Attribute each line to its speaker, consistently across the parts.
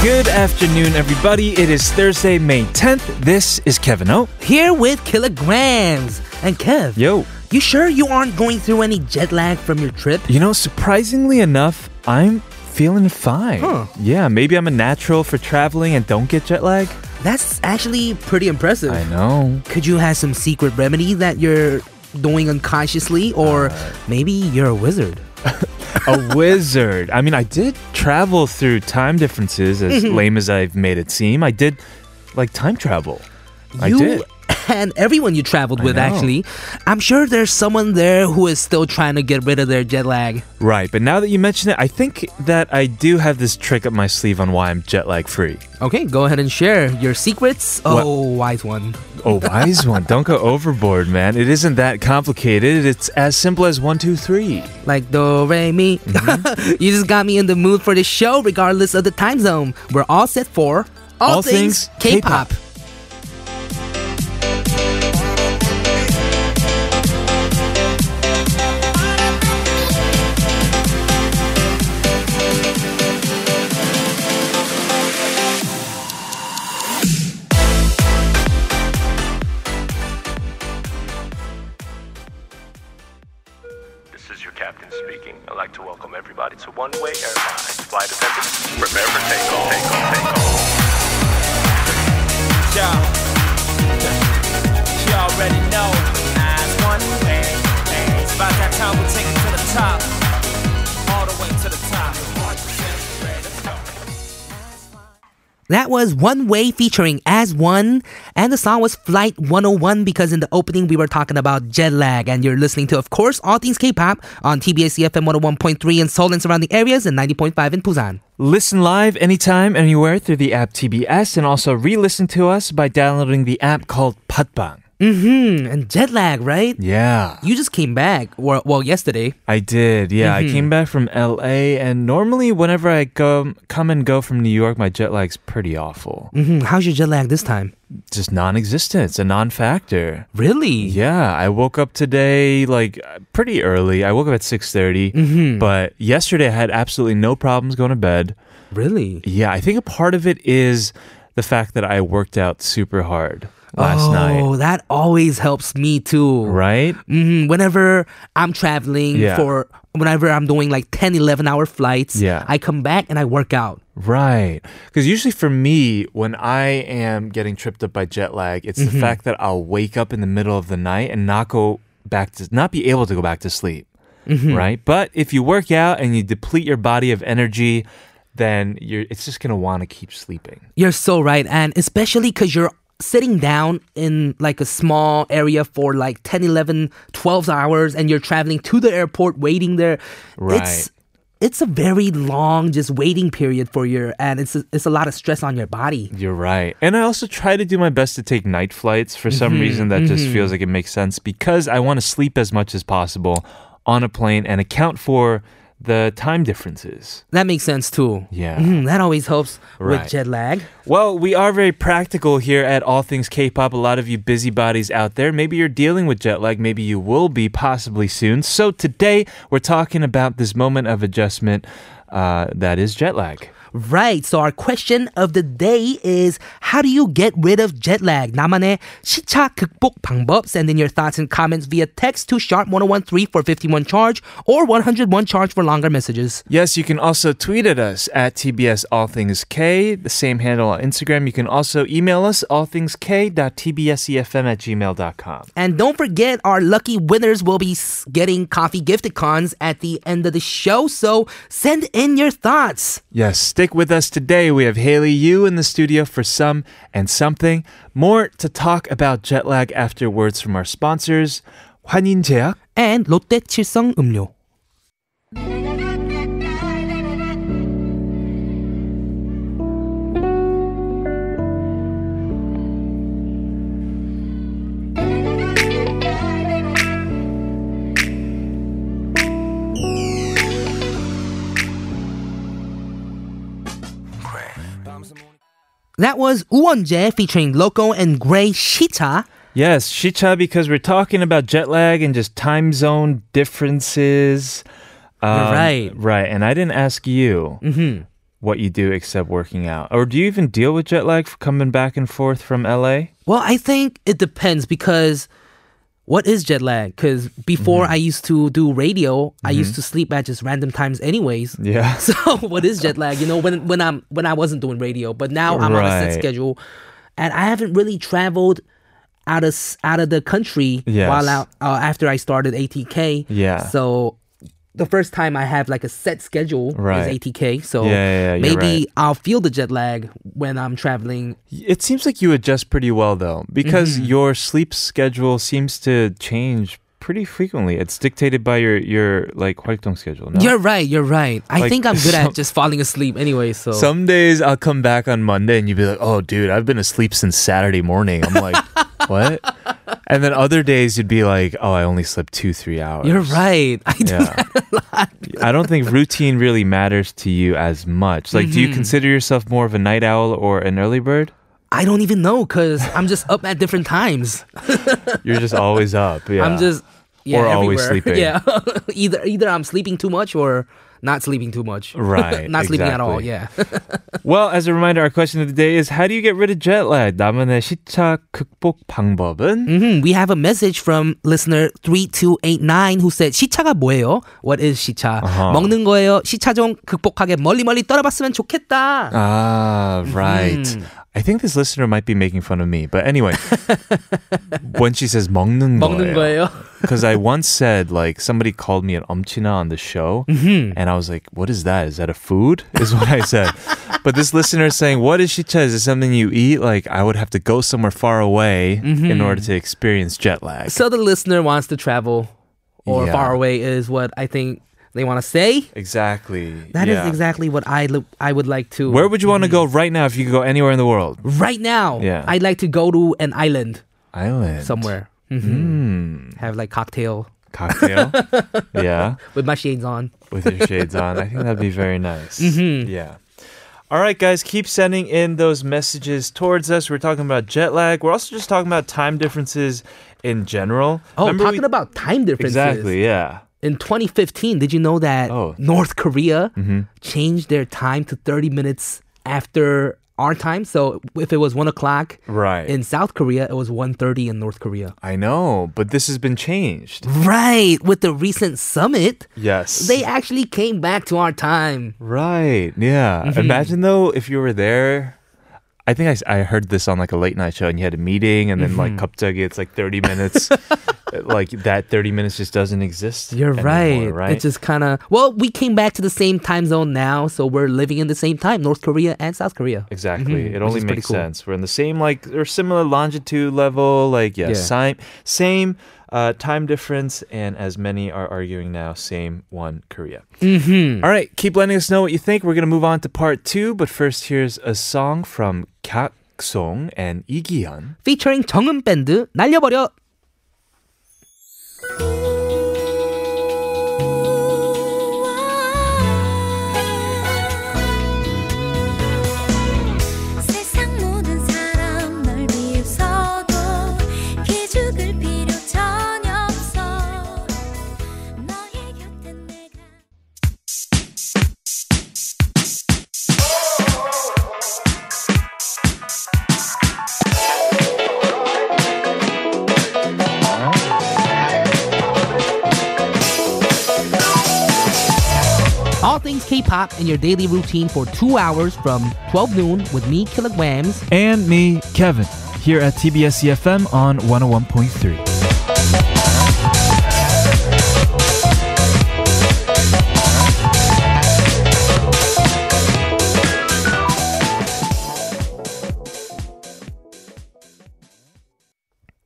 Speaker 1: Good afternoon, everybody. It is Thursday, May 10th. This is Kevin O.
Speaker 2: Here with kilograms. And Kev,
Speaker 1: Yo.
Speaker 2: you sure you aren't going through any jet lag from your trip?
Speaker 1: You know, surprisingly enough, I'm feeling fine.
Speaker 2: Huh.
Speaker 1: Yeah, maybe I'm a natural for traveling and don't get jet lag.
Speaker 2: That's actually pretty impressive.
Speaker 1: I know.
Speaker 2: Could you have some secret remedy that you're doing unconsciously,
Speaker 1: Uh,
Speaker 2: or maybe you're a wizard?
Speaker 1: A wizard. I mean, I did travel through time differences, as lame as I've made it seem. I did, like, time travel. I
Speaker 2: you
Speaker 1: did.
Speaker 2: and everyone you traveled
Speaker 1: I
Speaker 2: with,
Speaker 1: know.
Speaker 2: actually. I'm sure there's someone there who is still trying to get rid of their jet lag.
Speaker 1: Right, but now that you mention it, I think that I do have this trick up my sleeve on why I'm jet lag free.
Speaker 2: Okay, go ahead and share your secrets.
Speaker 1: What-
Speaker 2: Oh, wise one.
Speaker 1: Oh, wise one. Don't go overboard, man. It isn't that complicated. It's as simple as one, two, three.
Speaker 2: Like do re mi. you just got me in the mood for the show, regardless of the time zone. We're all set for
Speaker 1: All
Speaker 2: all, things,
Speaker 1: things
Speaker 2: K-pop.
Speaker 3: This is your captain speaking. I'd like to welcome everybody to One Way Airlines. Flight attendants, prepare for takeoff. Takeoff, takeoff.
Speaker 4: Yo. You already know. Eyes one way. It's about that time we take it to the top. All the way to the top. One, two, three, let's go.
Speaker 2: That was One Way featuring As One, and the song was Flight 101 because in the opening we were talking about jet lag, and you're listening to, of course, all things K-pop on TBS EFM 101.3 in Seoul and surrounding areas, and 90.5 in Busan.
Speaker 1: Listen live anytime, anywhere through the app TBS, and also re listen to us by downloading the app called Patbang.
Speaker 2: Hmm, and jet lag, right?
Speaker 1: Yeah.
Speaker 2: You just came back, or well, yesterday.
Speaker 1: I did. Yeah, I came back from LA, and normally whenever I go, come and go from New York, my jet lag's pretty awful.
Speaker 2: Hmm, how's your jet lag this time?
Speaker 1: Just non existent, it's a non factor.
Speaker 2: Really?
Speaker 1: Yeah, I woke up today like uh, pretty early. I woke up at 6:30, but yesterday I had absolutely no problems going to bed.
Speaker 2: Really?
Speaker 1: Yeah, I think a part of it is the fact that I worked out super hard last
Speaker 2: oh,
Speaker 1: night,
Speaker 2: that always helps me too.
Speaker 1: right?
Speaker 2: hmm Whenever I'm traveling
Speaker 1: Yeah.
Speaker 2: for whenever I'm doing like 10 11 hour flights,
Speaker 1: Yeah.
Speaker 2: I come back and I work out.
Speaker 1: Right. Cuz usually for me when I am getting tripped up by jet lag, it's the fact that I'll wake up in the middle of the night and not go back to not be able to go back to sleep. Right? But if you work out and you deplete your body of energy, then you're it's just going to want to keep sleeping.
Speaker 2: You're so right and especially cuz you're sitting down in like a small area for like 10 11 12 hours and you're traveling to the airport waiting there.
Speaker 1: Right.
Speaker 2: It's it's a very long just waiting period for your and it's a, it's a lot of stress on your body.
Speaker 1: You're right. And I also try to do my best to take night flights. For some reason, that just feels like it makes sense because I want to sleep as much as possible on a plane and account for the time differences.
Speaker 2: That makes sense too.
Speaker 1: Yeah.
Speaker 2: Mhm, that always helps
Speaker 1: Right.
Speaker 2: with jet lag.
Speaker 1: Well, we are very practical here at All Things K pop. A lot of you busybodies out there, maybe you're dealing with jet lag, maybe you will be possibly soon. So today, we're talking about this moment of adjustment uh, that is jet lag.
Speaker 2: Right. So our question of the day is how do you get rid of jet lag? 나만의 시차 극복 방법. Send in your thoughts and comments via text to sharp 1013 for 51 charge or 101 charge for longer messages.
Speaker 1: Yes, you can also tweet at us at TBS All Things K, the same handle on Instagram. You can also email us allthingsk.tbsefm E at gmail.com.
Speaker 2: And don't forget, our lucky winners will be s- getting coffee gifted cons at the end of the show. So send in your thoughts.
Speaker 1: Yes, stick with us today. We have Haley Yu in the studio for some and something. More to talk about jet lag after words from our sponsors. 환인제약.
Speaker 2: And Lotte 칠성 음료. That was Uwonje featuring Loco and Gray Shita.
Speaker 1: Yes, Shicha, because we're talking about jet lag and just time zone differences. Um,
Speaker 2: right.
Speaker 1: Right. And I didn't ask you. Mm-hmm. what you do except working out? Or do you even deal with jet lag for coming back and forth from LA?
Speaker 2: Well, I think it depends because what is jet lag? Because before
Speaker 1: Mm-hmm.
Speaker 2: I used to do radio, I used to sleep at just random times, anyways.
Speaker 1: Yeah.
Speaker 2: So what is jet lag? You know, when when I'm when I wasn't doing radio, but now I'm on a
Speaker 1: Right.
Speaker 2: set schedule, and I haven't really traveled out of s- out of the country
Speaker 1: Yes.
Speaker 2: while out uh, after I started ATK.
Speaker 1: Yeah.
Speaker 2: So the first time I have like a set schedule
Speaker 1: Right.
Speaker 2: is ATK. So
Speaker 1: Yeah, yeah, yeah, you're
Speaker 2: maybe
Speaker 1: right.
Speaker 2: I'll feel the jet lag when I'm traveling.
Speaker 1: It seems like you adjust pretty well though, because
Speaker 2: Mm-hmm.
Speaker 1: your sleep schedule seems to change pretty frequently. It's dictated by your your like 활동 schedule. No?
Speaker 2: You're right. You're right. I
Speaker 1: Like,
Speaker 2: think I'm good
Speaker 1: some-
Speaker 2: at just falling asleep anyway. So
Speaker 1: Some days I'll come back on Monday and you'll be like, "Oh, dude, I've been asleep since Saturday morning." I'm like, "What?" And then other days you'd be like, "Oh, I only slept two, three hours."
Speaker 2: you're right. I do.
Speaker 1: Yeah. I don't think routine really matters to you as much. Like,
Speaker 2: Mm-hmm.
Speaker 1: do you consider yourself more of a night owl or an early bird?
Speaker 2: I don't even know because I'm just up at different times.
Speaker 1: You're just always up. Yeah.
Speaker 2: I'm just yeah,
Speaker 1: Or always
Speaker 2: everywhere.
Speaker 1: sleeping.
Speaker 2: yeah, either either I'm sleeping too much or not sleeping too much.
Speaker 1: Right,
Speaker 2: not sleeping at all.
Speaker 1: exactly.
Speaker 2: Yeah.
Speaker 1: Well, as a reminder, our question of the day is how do you get rid of jet lag? 남은의 시차 극복 방법은?
Speaker 2: Mhm, we have a message from listener 3289 who said 시차가 뭐예요? What is 시차?
Speaker 1: Uh-huh.
Speaker 2: 먹는 거예요. 시차 좀 극복하게 멀리 멀리 떨어봤으면 좋겠다.
Speaker 1: Ah, right.
Speaker 2: Mm-hmm.
Speaker 1: I think this listener might be making fun of me, but anyway, when she says 먹는
Speaker 2: 먹는 거예요.
Speaker 1: Because I once said, like, somebody called me an umchina on the show,
Speaker 2: Mm-hmm.
Speaker 1: and I was like, what is that? Is that a food? Is what I said. but this listener is saying, what is shicha? Is it something you eat? Like, I would have to go somewhere far away in order to experience jet lag.
Speaker 2: Mm-hmm. So the listener wants to travel or
Speaker 1: Yeah.
Speaker 2: far away is what I think they want to say.
Speaker 1: exactly.
Speaker 2: That is
Speaker 1: Yeah.
Speaker 2: exactly what I lo- I would like to.
Speaker 1: Where would you want to go right now if you could go anywhere in the world?
Speaker 2: right now?
Speaker 1: Yeah.
Speaker 2: I'd like to go to an island
Speaker 1: Island.
Speaker 2: somewhere. hmm Have like cocktail
Speaker 1: Cocktail. yeah.
Speaker 2: with my shades on.
Speaker 1: with your shades on. I think that'd be very nice.
Speaker 2: Mm-hmm.
Speaker 1: Yeah. All right, guys, keep sending in those messages towards us. We're talking about jet lag. We're also just talking about time differences in general.
Speaker 2: Oh,
Speaker 1: Remember
Speaker 2: talking
Speaker 1: we-
Speaker 2: about time differences.
Speaker 1: exactly, yeah.
Speaker 2: In 2015, did you know that
Speaker 1: Oh. Mm-hmm.
Speaker 2: North Korea changed their time to 30 minutes after our time? So if it was one o'clock
Speaker 1: Right.
Speaker 2: in South Korea, it was 1.30 in North Korea.
Speaker 1: I know, but this has been changed.
Speaker 2: Right. With the recent summit,
Speaker 1: Yes.
Speaker 2: they actually came back to our time.
Speaker 1: Right. Yeah.
Speaker 2: Mm-hmm.
Speaker 1: Imagine though if you were there. I think I s- I, heard this on like a late night show, and you had a meeting, and then like
Speaker 2: Mm-hmm.
Speaker 1: kaptegi, it's like thirty minutes. like that thirty minutes just doesn't exist.
Speaker 2: You're
Speaker 1: anymore,
Speaker 2: right.
Speaker 1: Right.
Speaker 2: It's just kind of well, we came back to the same time zone now, so we're living in the same time, North Korea and South Korea.
Speaker 1: Exactly. It only
Speaker 2: Mm-hmm.
Speaker 1: makes
Speaker 2: is pretty cool.
Speaker 1: sense. We're in the same like or similar longitude level, like yeah,
Speaker 2: Yeah.
Speaker 1: same same uh, time difference, and as many are arguing now, same one Korea. Mm-hmm. right, keep letting us know what you think. We're gonna move on to part two, but first here's a song from Kak Song and Igiyeon.
Speaker 2: Featuring 정은 밴드 날려버려.
Speaker 5: 세상 모든 사람 널 비웃어도 기죽을 필요 전혀 없어 너의 곁엔 내가
Speaker 2: All things K-pop in your daily routine for two hours from 12 noon with me, Kilograms.
Speaker 1: And me, Kevin, here at TBS EFM E on 101.3.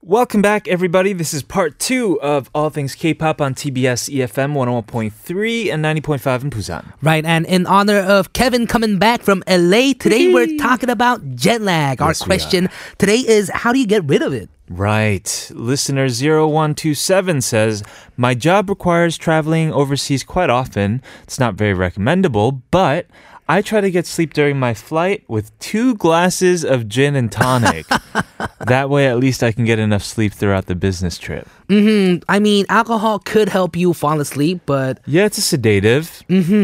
Speaker 1: Welcome back, everybody. This is part two of All Things K-pop on TBS EFM 101.3 and 90.5 in Busan.
Speaker 2: Right, and in honor of Kevin coming back from LA, today we're talking about jet lag. Our
Speaker 1: Yes, we are.
Speaker 2: question today is how do you get rid of it?
Speaker 1: Right. Listener 0127 says, My job requires traveling overseas quite often. It's not very recommendable, but I try to get sleep during my flight with two glasses of gin and tonic. that way, at least I can get enough sleep throughout the business trip.
Speaker 2: I mean, alcohol could help you fall asleep, but
Speaker 1: Yeah, it's a sedative.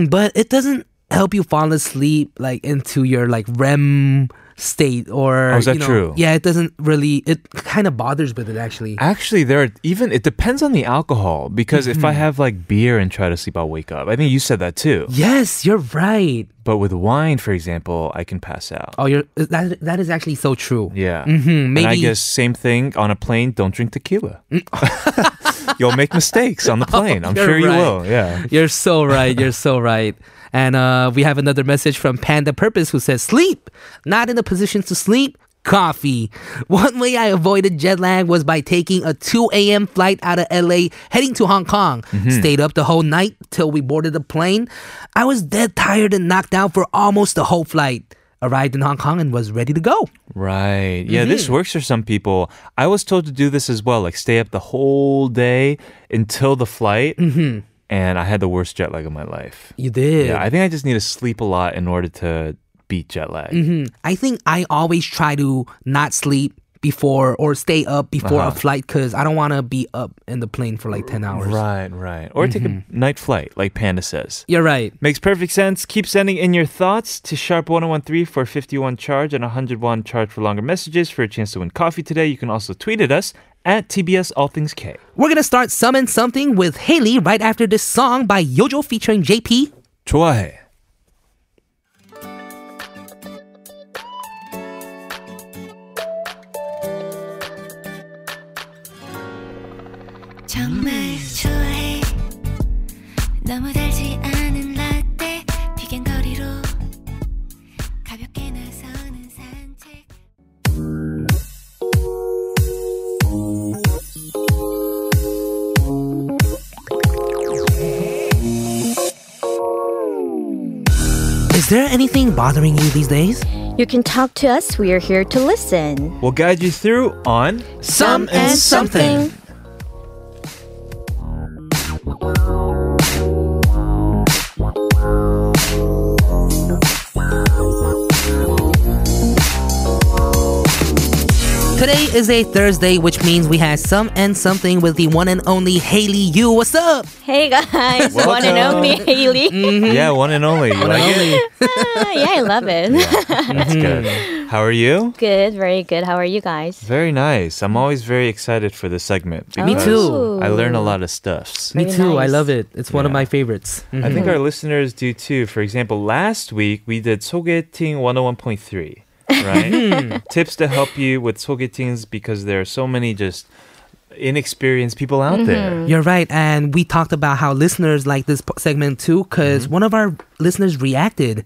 Speaker 2: but it doesn't help you fall asleep like into your like REM state or
Speaker 1: Oh, is that
Speaker 2: you know,
Speaker 1: true?
Speaker 2: Yeah, it doesn't really it kind of bothers with it actually.
Speaker 1: Actually, there are even it depends on the alcohol because if I have like beer and try to sleep, I'll wake up. I think you said that too.
Speaker 2: yes, you're right.
Speaker 1: But with wine, for example, I can pass out.
Speaker 2: Oh, you're that that is actually so true.
Speaker 1: Yeah.
Speaker 2: Mhm,
Speaker 1: And I
Speaker 2: maybe-
Speaker 1: guess same thing on a plane. Don't drink tequila. You'll make mistakes on the plane. I'm
Speaker 2: you're
Speaker 1: sure you
Speaker 2: right.
Speaker 1: will. Yeah.
Speaker 2: You're so right. You're so right. And uh, we have another message from Panda Purpose who says, Sleep! Not in a position to sleep. Coffee. One way I avoided jet lag was by taking a 2 a.m. flight out of LA heading to Hong Kong.
Speaker 1: Mm-hmm.
Speaker 2: Stayed up the whole night till we boarded the plane. I was dead tired and knocked out for almost the whole flight. Arrived in Hong Kong and was ready to go.
Speaker 1: Right. Yeah, this works for some people. I was told to do this as well, like stay up the whole day until the flight. Mm-hmm. And I had the worst jet lag of my life.
Speaker 2: You did.
Speaker 1: Yeah, I think I just need to sleep a lot in order to beat jet lag.
Speaker 2: I think I always try to not sleep before or stay up before a flight because I don't want to be up in the plane for like 10 hours.
Speaker 1: Right, right. Or take a night flight, like Panda says.
Speaker 2: You're right.
Speaker 1: Makes perfect sense. Keep sending in your thoughts to Sharp1013 for 51 charge and 101 charge for longer messages for a chance to win coffee today. You can also tweet at us at TBS All Things K.
Speaker 2: We're going to start Summon Something with Haley right after this song by Yojo featuring JP.
Speaker 1: 좋아해.
Speaker 5: 정말 좋아해 너무 달지 않은 라떼 비경거리로 가볍게 나서는 산책
Speaker 2: Is there anything bothering you these days?
Speaker 6: You can talk to us, we are here to listen.
Speaker 1: We'll guide you through on
Speaker 2: Some and something. Today is a Thursday, which means we had Some and Something with the one and only Haley You. What's up?
Speaker 6: Hey guys, one and
Speaker 1: Welcome.
Speaker 6: only Haley.
Speaker 2: Mm.
Speaker 1: Yeah, Mm-hmm. one and only. You like it?
Speaker 6: Ah, yeah, I love it.
Speaker 1: That's good. How are you?
Speaker 6: good, very good. How are you guys?
Speaker 1: Very nice. I'm always very excited for this segment.
Speaker 2: Me
Speaker 1: because
Speaker 2: too.
Speaker 1: I learn a lot of stuffs.
Speaker 2: Me
Speaker 6: Very
Speaker 2: too. I
Speaker 6: nice.
Speaker 2: love it. It's one of my favorites.
Speaker 1: I think our listeners do too. For example, last week we did oh 소개팅 101.3, right? Tips to help you with 소개팅s because there are so many just inexperienced people out there.
Speaker 2: You're right. And we talked about how listeners like this po- segment too, because
Speaker 1: Mm-hmm.
Speaker 2: one of our listeners reacted.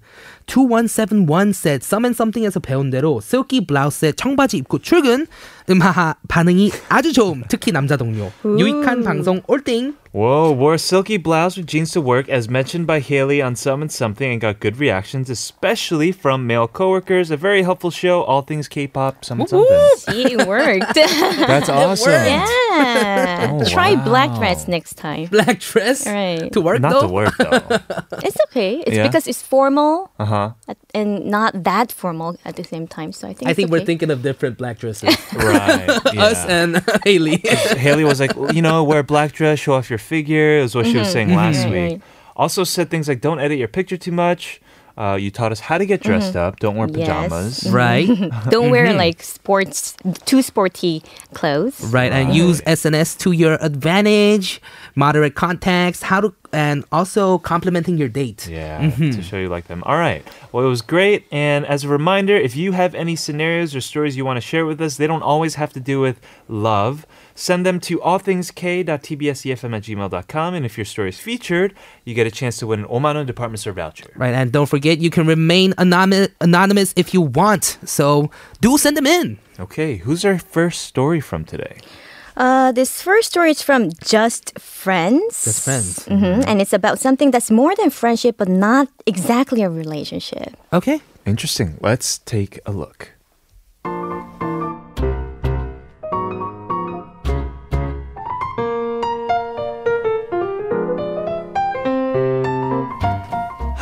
Speaker 2: 2171 said, 썸앤 something에서 배운 대로 silky blouse에 청바지 입고 출근. 음하하, 반응이 아주 좋음. 특히 남자 동료. 유익한 방송 올띵.
Speaker 1: Whoa, wore a silky blouse with jeans to work as mentioned by Haley on Summon Something and got good reactions, especially from male coworkers. A very helpful show, all things K-pop, Summon Something.
Speaker 6: See, it worked.
Speaker 1: That's awesome.
Speaker 6: yeah.
Speaker 1: Oh,
Speaker 6: Try black
Speaker 1: wow.
Speaker 6: dress next time.
Speaker 2: Black dress.
Speaker 6: Right.
Speaker 2: To work
Speaker 1: Not
Speaker 2: though.
Speaker 1: to work though.
Speaker 6: It's okay. It's
Speaker 1: Yeah.
Speaker 6: because it's formal
Speaker 1: Uh
Speaker 2: Uh-huh.
Speaker 1: huh.
Speaker 6: at- and not that formal at the same time. So I think
Speaker 2: I
Speaker 6: it's
Speaker 2: think we're
Speaker 6: okay.
Speaker 2: thinking of different black dresses.
Speaker 1: Right.
Speaker 2: Us
Speaker 1: yeah.
Speaker 2: and Haley.
Speaker 1: Haley was like, you know, wear a black dress, show off your figure, is what she was saying last
Speaker 6: Right,
Speaker 1: week.
Speaker 6: Mm-hmm. right.
Speaker 1: Also said things like, don't edit your picture too much. Uh, you taught us how to get dressed up. Don't wear
Speaker 6: Mm-hmm. Yes.
Speaker 1: pajamas.
Speaker 6: Mm-hmm.
Speaker 2: right.
Speaker 6: Don't wear
Speaker 2: Mm-hmm.
Speaker 6: like sports too sporty clothes.
Speaker 2: Right, and use SNS to your advantage, moderate contacts, how to, and also complimenting your date.
Speaker 1: Yeah, to show you like them. All right. Well, it was great. And as a reminder, if you have any scenarios or stories you want to share with us, they don't always have to do with love. Send them to allthingsk.tbsefm E at gmail.com. And if your story is featured, you get a chance to win an Omano department store voucher.
Speaker 2: Right, and don't forget you can remain anonymous, anonymous if you want. So do send them in.
Speaker 1: Okay, who's our first story from today?
Speaker 6: Uh, this first story is from Just Friends.
Speaker 2: Just Friends. Mm-hmm.
Speaker 6: hmm And it's about something that's more than friendship, but not exactly a relationship.
Speaker 2: Okay.
Speaker 1: Interesting. Let's take a look.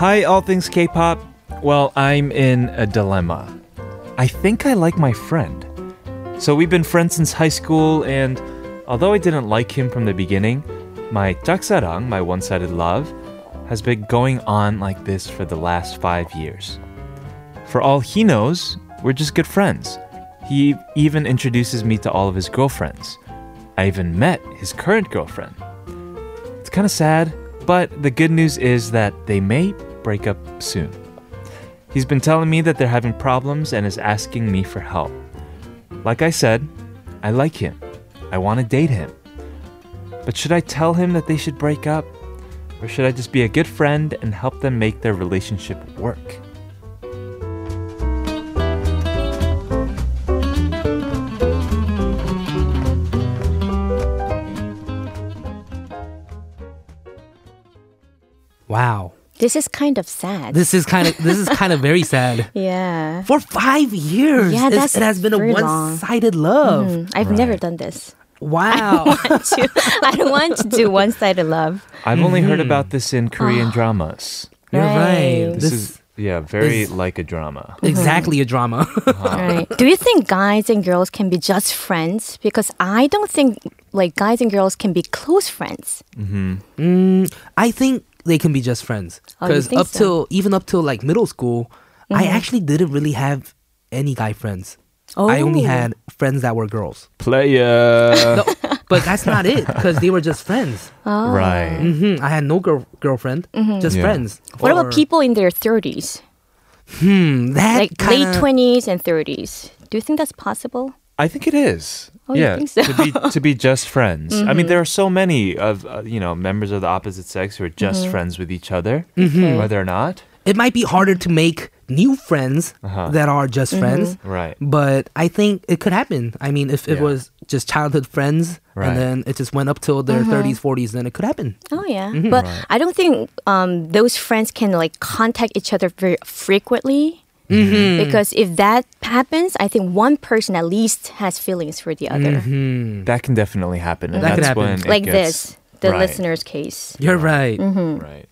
Speaker 1: Hi, all things K pop. Well, I'm in a dilemma. I think I like my friend. So we've been friends since high school, and although I didn't like him from the beginning, my 짝사랑, my one sided love, has been going on like this for the last five years. For all he knows, we're just good friends. He even introduces me to all of his girlfriends. I even met his current girlfriend. It's kind of sad, but the good news is that they may break up soon. He's been telling me that they're having problems and is asking me for help. Like I said, I like him. I want to date him. But should I tell him that they should break up? Or should I just be a good friend and help them make their relationship work?
Speaker 2: Wow.
Speaker 6: This is kind of sad.
Speaker 2: This is kind of this is kind of very sad.
Speaker 6: yeah.
Speaker 2: For five years,
Speaker 6: Yeah,
Speaker 2: it's-
Speaker 6: that's
Speaker 2: it has been a
Speaker 6: very long.
Speaker 2: one-sided love.
Speaker 6: Mm, I've never done this.
Speaker 2: Wow.
Speaker 6: I don't want to do one sided love.
Speaker 1: I've only
Speaker 6: Mm-hmm.
Speaker 1: heard about this in
Speaker 6: Ah.
Speaker 1: Korean dramas.
Speaker 2: You're right.
Speaker 1: This,
Speaker 6: Right.
Speaker 2: This,
Speaker 1: is, yeah, very
Speaker 2: this-
Speaker 1: like a drama.
Speaker 2: exactly a drama.
Speaker 6: Right. Do you think guys and girls can be just friends? Because I don't think like guys and girls can be close friends.
Speaker 2: I think they can be just friends
Speaker 6: Oh, you
Speaker 2: because
Speaker 6: think
Speaker 2: up
Speaker 6: so? Mm-hmm.
Speaker 2: till even up till like middle school, I actually didn't really have any guy friends. I only
Speaker 6: Oh.
Speaker 2: had friends that were girls.
Speaker 1: Player.
Speaker 2: But that's not it because they were just friends.
Speaker 6: Ah.
Speaker 1: Right.
Speaker 2: hmm I had no girl girlfriend, just
Speaker 1: Yeah.
Speaker 2: friends.
Speaker 6: Mm-hmm. What
Speaker 2: Or-
Speaker 6: about people in their thirties,
Speaker 2: Hmm, that
Speaker 6: like
Speaker 2: kinda,
Speaker 6: late twenties and thirties? Do you think that's possible?
Speaker 1: I think it is.
Speaker 6: Oh, you
Speaker 1: yeah,
Speaker 6: think so? Mm-hmm.
Speaker 1: to be to be just friends. I mean, there are so many of uh, you know members of the opposite sex who are just
Speaker 6: Mm-hmm.
Speaker 1: friends with each other, whether or not.
Speaker 2: It might be harder to make new friends
Speaker 1: Uh-huh.
Speaker 2: that are just
Speaker 6: Mm-hmm.
Speaker 2: friends.
Speaker 1: Right.
Speaker 2: But I think it could happen. I mean, if it
Speaker 1: Yeah.
Speaker 2: was just childhood friends
Speaker 1: Right.
Speaker 2: and then it just went up till their 30s,
Speaker 6: Mm-hmm.
Speaker 2: 40s, then it could happen.
Speaker 6: Oh yeah,
Speaker 1: Mm-hmm.
Speaker 6: but I don't think um, those friends can like contact each other very frequently.
Speaker 1: Mm-hmm.
Speaker 6: Because if that happens, I think one person at least has feelings for the other, Mm.
Speaker 1: That can definitely happen, and
Speaker 2: That can
Speaker 1: that's
Speaker 2: happen.
Speaker 1: when Mm-hmm. it
Speaker 6: like
Speaker 1: gets-
Speaker 6: this, the
Speaker 1: right.
Speaker 6: listener's case.
Speaker 2: You're right.
Speaker 6: Mm-hmm.
Speaker 1: Right.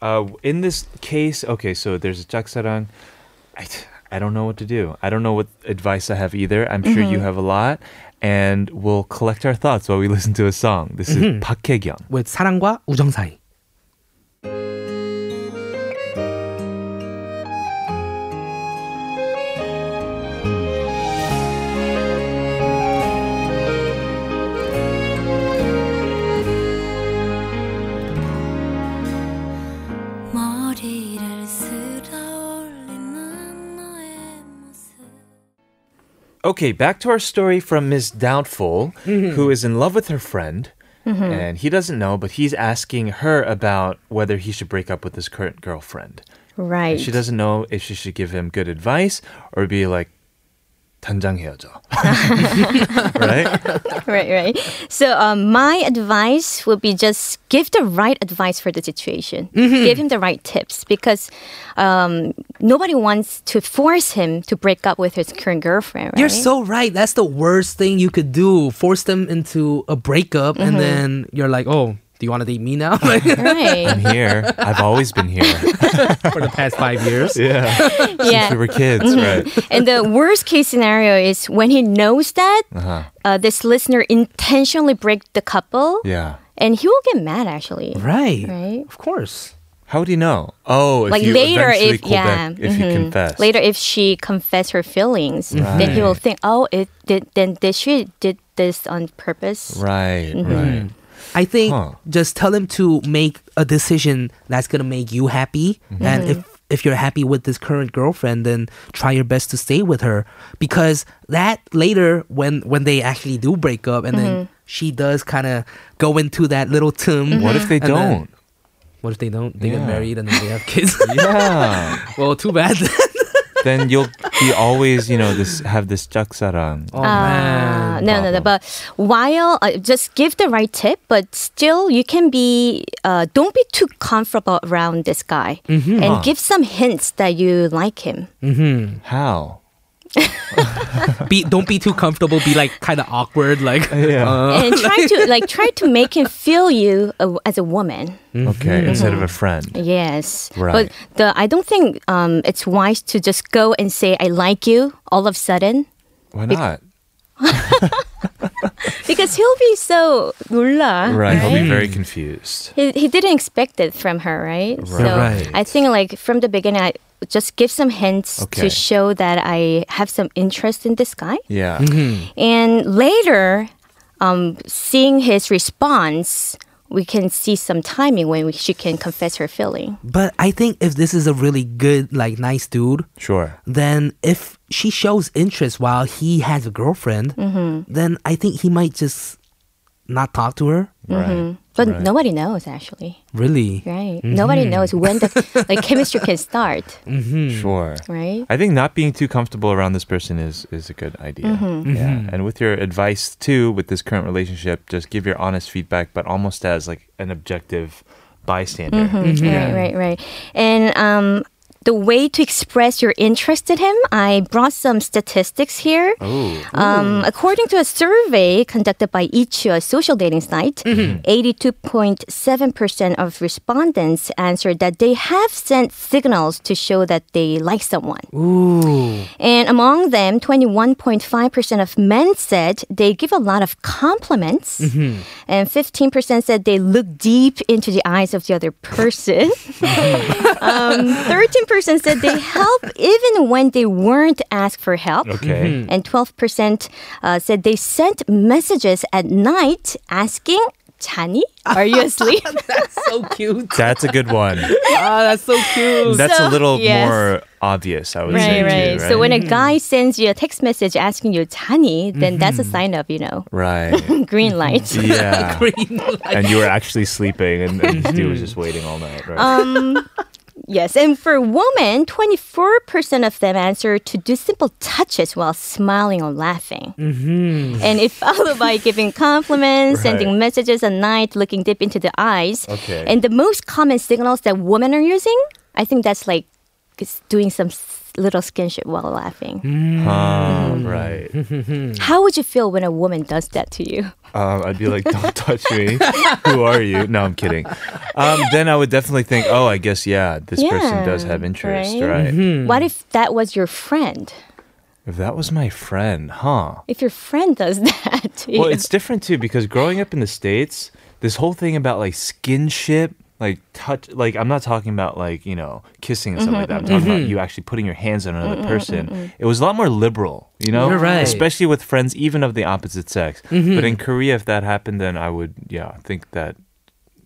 Speaker 1: Uh, in this case, okay, so there's a jaksareong. I, I don't know what to do. I don't know what advice I have either. I'm sure you have a lot. And we'll collect our thoughts while we listen to a song. This is Park Hye-kyung.
Speaker 2: with 사랑과 우정 사이.
Speaker 5: 머리를 쓸어 올리는 너의 모습
Speaker 1: Okay, back to our story from Miss Doubtful, who is in love with her friend. And he doesn't know, but he's asking her about whether he should break up with his current girlfriend.
Speaker 6: Right.
Speaker 1: She doesn't know if she should give him good advice or be like, 단장 헤어져. right?
Speaker 6: right, right. So um, my advice would be just give the right advice for the situation.
Speaker 1: Mm-hmm.
Speaker 6: Give him the right tips because um, nobody wants to force him to break up with his current girlfriend. Right?
Speaker 2: You're so right. That's the worst thing you could do. Force them into a breakup and
Speaker 6: Mm-hmm.
Speaker 2: then you're like, oh, do you want to date me now? Like,
Speaker 6: right.
Speaker 1: I'm here. I've always been here.
Speaker 2: for the past five years.
Speaker 1: Yeah. Since we
Speaker 6: yeah.
Speaker 1: were kids,
Speaker 6: Mm-hmm.
Speaker 1: right?
Speaker 6: And the worst case scenario is when he knows that
Speaker 1: Uh-huh.
Speaker 6: uh this listener intentionally break the couple,
Speaker 1: Yeah.
Speaker 6: and he will get mad actually.
Speaker 2: Right.
Speaker 6: Right.
Speaker 2: Of course.
Speaker 1: How would he know? Oh, if
Speaker 6: like
Speaker 1: you
Speaker 6: later
Speaker 1: eventually
Speaker 6: if
Speaker 1: call
Speaker 6: yeah
Speaker 1: back, if you
Speaker 6: mhm.
Speaker 1: confess.
Speaker 6: later if she confess her feelings then he will think oh it did then did she did this on purpose
Speaker 1: Right,
Speaker 6: Mm-hmm.
Speaker 1: right.
Speaker 2: I think
Speaker 1: Huh.
Speaker 2: just tell them to make a decision that's going to make you happy.
Speaker 1: Mm-hmm.
Speaker 2: And if, if you're happy with this current girlfriend, then try your best to stay with her. Because that later, when, when they actually do break up and then
Speaker 1: Mm-hmm.
Speaker 2: she does kind of go into that little tomb.
Speaker 1: What if they
Speaker 2: and then-
Speaker 1: don't?
Speaker 2: What if they don't? They
Speaker 1: Mm-hmm. Yeah.
Speaker 2: get married and then they have kids.
Speaker 1: yeah.
Speaker 2: well, too bad. then.
Speaker 1: then you'll be always, you know, this have this jaksaran.
Speaker 2: oh man.
Speaker 6: Uh, no, no,
Speaker 1: problem.
Speaker 6: no. But while uh, just give the right tip, but still you can be. Uh, don't be too comfortable around this guy,
Speaker 1: Mm-hmm.
Speaker 6: and give some hints that you like him.
Speaker 1: How?
Speaker 2: Be don't be too comfortable. Be like kind of awkward. Like
Speaker 1: Yeah.
Speaker 6: and try to like try to make him feel you uh, as a woman.
Speaker 1: Okay,
Speaker 6: Mm-hmm.
Speaker 1: instead of a friend.
Speaker 6: Yes,
Speaker 1: Right.
Speaker 6: but the I don't think um, it's wise to just go and say I like you all of a sudden
Speaker 1: Why not?
Speaker 6: because he'll be so 놀라.
Speaker 1: Right. He'll be very confused.
Speaker 6: He, he didn't expect it from her, right? So
Speaker 2: Right.
Speaker 6: I think like from the beginning, I just give some hints
Speaker 1: Okay.
Speaker 6: to show that I have some interest in this guy.
Speaker 1: Yeah.
Speaker 6: And later, um, seeing his response, we can see some timing when we, she can confess her feeling.
Speaker 2: But I think if this is a really good, like, nice dude,
Speaker 1: Sure.
Speaker 2: then if she shows interest while he has a girlfriend, then I think he might just not talk to her.
Speaker 6: Mm-hmm.
Speaker 1: Right.
Speaker 6: But
Speaker 1: Right. Mm-hmm.
Speaker 6: nobody knows actually,
Speaker 2: Really?
Speaker 6: right? Nobody knows when the like chemistry can start,
Speaker 1: Sure.
Speaker 6: right?
Speaker 1: I think not being too comfortable around this person is is a good idea.
Speaker 6: Mm-hmm.
Speaker 1: Yeah. And with your advice too with this current relationship, just give your honest feedback but almost as like an objective bystander.
Speaker 6: Mm-hmm. Right, right, right. And um, the way to express your interest in him, I brought some statistics here.
Speaker 1: Oh.
Speaker 6: Um, according to a survey conducted by Ichu, a social dating site,
Speaker 1: Mm-hmm.
Speaker 6: 82.7% of respondents answered that they have sent signals to show that they like someone.
Speaker 2: Ooh.
Speaker 6: And among them, 21.5% of men said they give a lot of compliments, and 15% said they look deep into the eyes of the other person. um, 13% said they help even when they weren't asked for help.
Speaker 1: Okay.
Speaker 6: And 12% uh, said they sent messages at night asking, Chani, are you asleep?
Speaker 2: That's so cute.
Speaker 1: That's a good one.
Speaker 2: Ah, that's so cute.
Speaker 1: That's a
Speaker 6: So-
Speaker 1: little
Speaker 6: yes.
Speaker 1: more obvious, I would say.
Speaker 6: Right,
Speaker 1: too,
Speaker 6: right. So when a guy sends you a text message asking you, Chani, then that's a sign of, you know,
Speaker 1: right.
Speaker 6: green light.
Speaker 1: Yeah.
Speaker 2: Green light.
Speaker 1: and you were actually sleeping, and, and this dude was just waiting all night, right?
Speaker 6: Um, Yes, and for women, 24% of them answer to do simple touches while smiling or laughing. Mm-hmm. And it followed by giving compliments,
Speaker 1: Right.
Speaker 6: sending messages at night, looking deep into the eyes.
Speaker 1: Okay.
Speaker 6: And the most common signals that women are using, I think that's like it's doing some s- little skinship while laughing.
Speaker 1: Ah, right. Hmm.
Speaker 6: How would you feel when a woman does that to you?
Speaker 1: Um, I'd be like, "Don't touch me. Who are you?" No, I'm kidding. Um, then I would definitely think, "Oh, I guess yeah, this person does
Speaker 6: Yeah,
Speaker 1: have interest,
Speaker 6: right?
Speaker 1: right?"
Speaker 2: Mm-hmm.
Speaker 6: What if that was your friend?
Speaker 1: If that was my friend, huh?
Speaker 6: If your friend does that to
Speaker 1: Well,
Speaker 6: you?
Speaker 1: it's different too because growing up in the states, this whole thing about like skinship, like touch, like I'm not talking about like you know kissing and stuff like that.
Speaker 6: Mm-hmm,
Speaker 1: I'm talking
Speaker 2: mm-hmm.
Speaker 1: about you actually putting your hands on another person. It was a lot more liberal, you know,
Speaker 2: You're right. Mm-hmm.
Speaker 1: especially with friends even of the opposite sex. But in Korea, if that happened, then I would yeah think that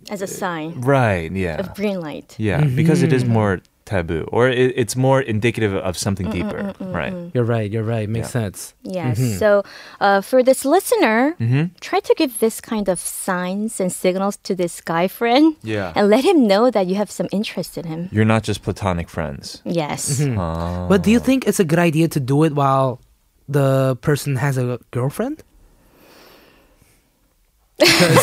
Speaker 6: as a sign
Speaker 1: right, yeah,
Speaker 6: of green light.
Speaker 1: yeah, because it is more taboo or it, it's more indicative of something deeper, right?
Speaker 2: You're right. You're right. Makes sense.
Speaker 6: Yes. So, uh, for this listener, try to give this kind of signs and signals to this guy friend.
Speaker 1: Yeah.
Speaker 6: And let him know that you have some interest in him.
Speaker 1: You're not just platonic friends.
Speaker 6: Yes.
Speaker 2: But do you think it's a good idea to do it while the person has a girlfriend?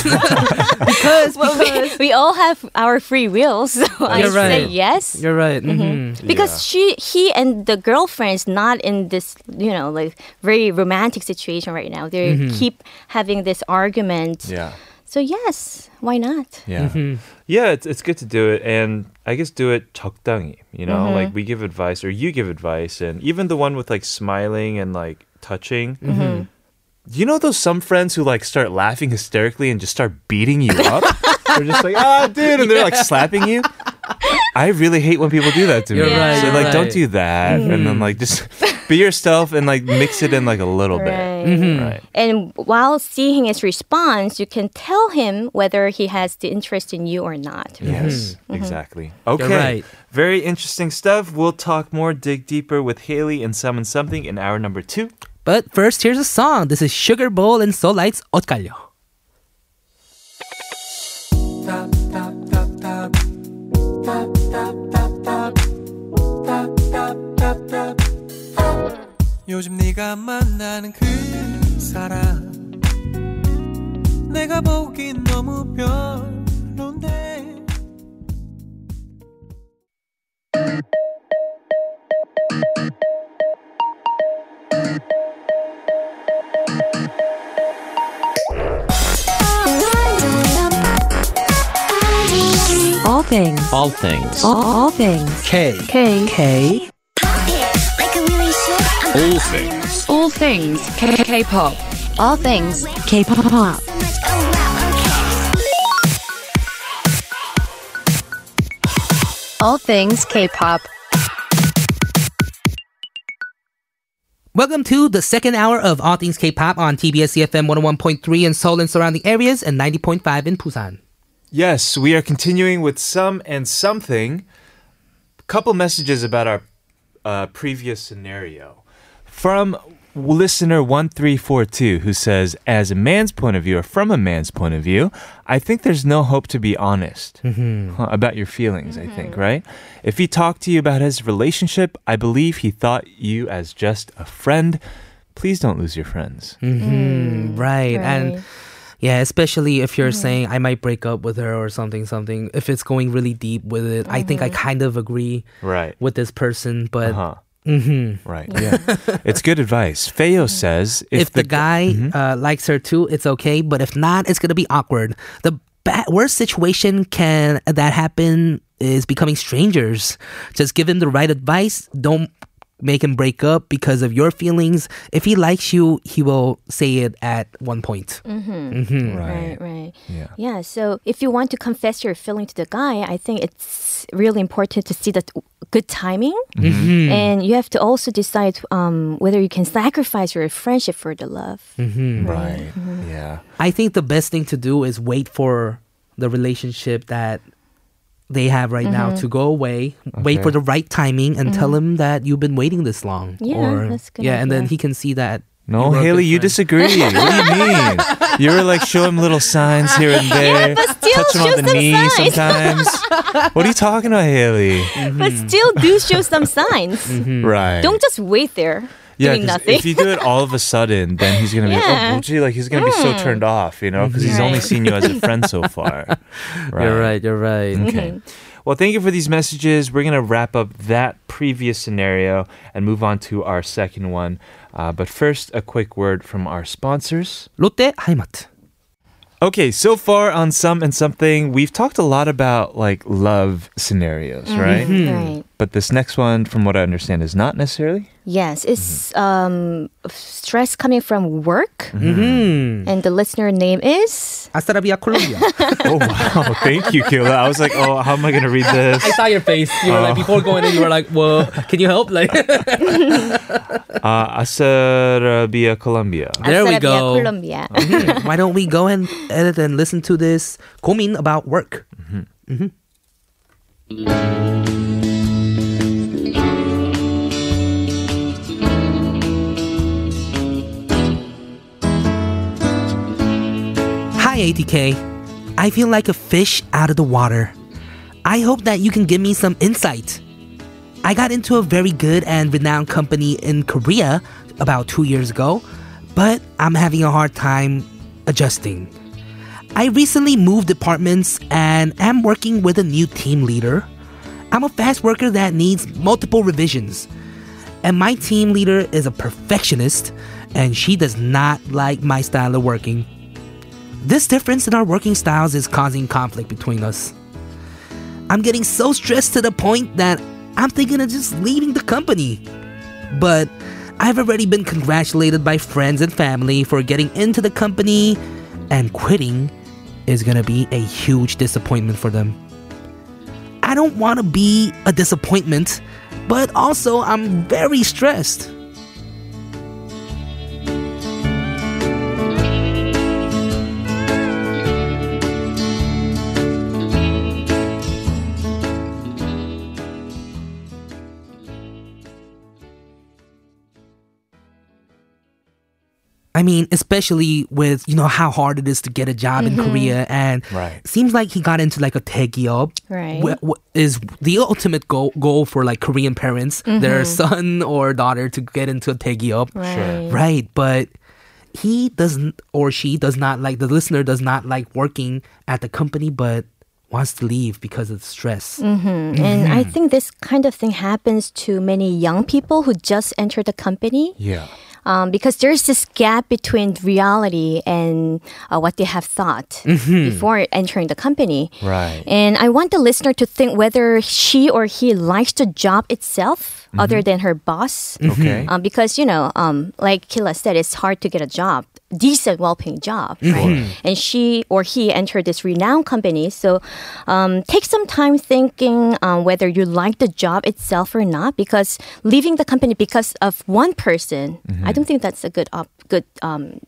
Speaker 2: because,
Speaker 6: Well, we, we all have our free will, so I
Speaker 2: You're
Speaker 6: say
Speaker 2: right.
Speaker 6: yes.
Speaker 2: you're right. mhm.
Speaker 6: because she, he, and the girlfriend is not in this, you know, like very romantic situation right now. They keep having this argument.
Speaker 1: Yeah.
Speaker 6: So yes, why not?
Speaker 1: Yeah.
Speaker 2: Mm-hmm.
Speaker 1: Yeah, it's, it's good to do it. And I guess do it 적당히, you know?
Speaker 2: Mm-hmm.
Speaker 1: Like we give advice or you give advice. And even the one with like smiling and like touching.
Speaker 2: Mm-hmm.
Speaker 1: You know those some friends who like start laughing hysterically and just start beating you up? they're just like, ah, dude. And they're like slapping you. I really hate when people do that to
Speaker 2: You're
Speaker 1: me.
Speaker 2: right,
Speaker 1: so
Speaker 2: you're
Speaker 1: like,
Speaker 2: right. Mm-hmm.
Speaker 1: don't do that. And then like, just be yourself and like mix it in like a little
Speaker 6: Right.
Speaker 1: bit.
Speaker 2: Mm.
Speaker 1: Right.
Speaker 6: And while seeing his response, you can tell him whether he has the interest in you or not.
Speaker 1: Yes, exactly. Okay.
Speaker 2: right.
Speaker 1: Very interesting stuff. We'll talk more, dig deeper with Haley and Summon Something in hour number two.
Speaker 2: But first, here's a song. This is Sugar Bowl and Soul Lights 엇갈려.
Speaker 7: 요즘 네가 만나는 그 사람 내가 보긴 너무 별론데
Speaker 8: All things. All things. All, all things.
Speaker 2: K.
Speaker 8: K.
Speaker 2: K.
Speaker 8: All things. K. K-pop. All things K-pop. All things K-pop.
Speaker 2: Welcome to the second hour of All Things K-pop on TBS EFM 101.3 in Seoul and surrounding areas and 90.5 in Busan.
Speaker 1: Yes, we are continuing with some and something. Couple messages about our uh, previous scenario from listener one three four two who says, "As a man's point of view, or from a man's point of view, I think there's no hope to be honest huh, about your feelings. I think right. If he talked to you about his relationship, I believe he thought you as just a friend. Please don't lose your friends.
Speaker 2: Right. And
Speaker 6: Right.
Speaker 2: yeah, especially if you're saying I might break up with her or something, something. If it's going really deep with it, I think I kind of agree
Speaker 1: Right.
Speaker 2: with this person. But
Speaker 1: Huh. Mm-hmm. Right. Yeah. it's good advice. Feo says
Speaker 2: if, the, guy uh, likes her too, it's okay. But if not, it's gonna be awkward. The ba- worst situation can that happen is becoming strangers. Just give him the right advice. Don't make him break up because of your feelings. If he likes you, he will say it at one point.
Speaker 1: right.
Speaker 6: Right, right.
Speaker 1: Yeah.
Speaker 6: So if you want to confess your feeling to the guy, I think it's really important to see that good timing,
Speaker 1: Mm-hmm.
Speaker 6: and you have to also decide um, whether you can sacrifice your friendship for the love.
Speaker 1: Mm-hmm. Right.
Speaker 6: Mm-hmm.
Speaker 1: Yeah.
Speaker 2: I think the best thing to do is wait for the relationship that they have right now
Speaker 6: Mm-hmm.
Speaker 2: to go away. Wait for the right timing and tell him that you've been waiting this long.
Speaker 6: Yeah,
Speaker 2: or,
Speaker 6: that's a good
Speaker 2: Yeah, and then
Speaker 6: idea.
Speaker 2: he can see that.
Speaker 1: No,
Speaker 2: were a
Speaker 1: Haley,
Speaker 2: good
Speaker 1: you
Speaker 2: friend.
Speaker 1: disagree. what do you mean? You were like showing little signs here and there,
Speaker 6: but still
Speaker 1: touch him
Speaker 6: show
Speaker 1: on the
Speaker 6: some
Speaker 1: knee
Speaker 6: signs.
Speaker 1: sometimes. what are you talking about, Haley?
Speaker 2: Mm-hmm.
Speaker 6: But still, do show some signs.
Speaker 1: Right.
Speaker 6: Don't just wait there
Speaker 1: Mm-hmm. yeah,
Speaker 6: doing
Speaker 1: 'cause
Speaker 6: nothing.
Speaker 1: if you do it all of a sudden, then he's gonna be
Speaker 6: Yeah. Mm.
Speaker 1: oh, gee, like he's gonna be so turned off, you know, because he's only
Speaker 6: Right.
Speaker 1: seen you as a friend so far. Right. Mm-hmm.
Speaker 2: You're right.
Speaker 1: Okay.
Speaker 6: Mm-hmm.
Speaker 1: Well, thank you for these messages. We're going to wrap up that previous scenario and move on to our second one. Uh, but first, a quick word from our sponsors.
Speaker 2: 롯데 하이마트.
Speaker 1: Okay, so far on Some and Something, we've talked a lot about like love scenarios,
Speaker 6: Mm-hmm.
Speaker 1: right?
Speaker 6: Right.
Speaker 1: But this next one, from what I understand, is not necessarily.
Speaker 6: Yes, it's um, stress coming from work,
Speaker 2: Mm-hmm.
Speaker 1: Mm-hmm.
Speaker 6: and the listener name is.
Speaker 2: 아싸라비아 콜롬비아.
Speaker 1: oh, wow. Thank you, Kayla. I was like, oh, how am I going to read this?
Speaker 2: I saw your face. You were like
Speaker 1: Oh.
Speaker 2: before going in. You were like, "Whoa, can you help?" Like,
Speaker 1: Uh, Acerabia, Colombia.
Speaker 2: There we
Speaker 6: Acerabia,
Speaker 2: go. Uh-huh.
Speaker 6: Colombia.
Speaker 2: why don't we go and edit and listen to this 고민 about work? Mm-hmm. Hi, ATK. I feel like a fish out of the water. I hope that you can give me some insight. I got into a very good and renowned company in Korea about two years ago, but I'm having a hard time adjusting. I recently moved departments and am working with a new team leader. I'm a fast worker that needs multiple revisions. And my team leader is a perfectionist, and she does not like my style of working. This difference in our working styles is causing conflict between us. I'm getting so stressed to the point that I'm thinking of just leaving the company. But I've already been congratulated by friends and family for getting into the company, and quitting is gonna be a huge disappointment for them. I don't wanna be a disappointment, but also I'm very stressed. I mean, especially with you know how hard it is to get a job in Korea, and
Speaker 1: Right.
Speaker 2: seems like he got into like a taegyeop,
Speaker 6: Right.
Speaker 2: wh- wh- is the ultimate goal goal for like Korean parents, their son or daughter to get into a taegyeop,
Speaker 6: Mm-hmm. Right.
Speaker 2: right? But he doesn't, or she does not like the listener does not like working at the company, but wants to leave because of stress.
Speaker 6: Mm, And I think this kind of thing happens to many young people who just enter the company
Speaker 1: Yeah.
Speaker 6: um, because there's this gap between reality and uh, what they have thought before entering the company.
Speaker 1: Right.
Speaker 6: And I want the listener to think whether she or he likes the job itself other than her boss.
Speaker 1: Okay.
Speaker 6: Um, because, you know, um, like Kila said, it's hard to get a job. decent, well-paying job, right? And she or he entered this renowned company. So um, take some time thinking um, whether you like the job itself or not, because leaving the company because of one person, I don't think that's a good op- good um,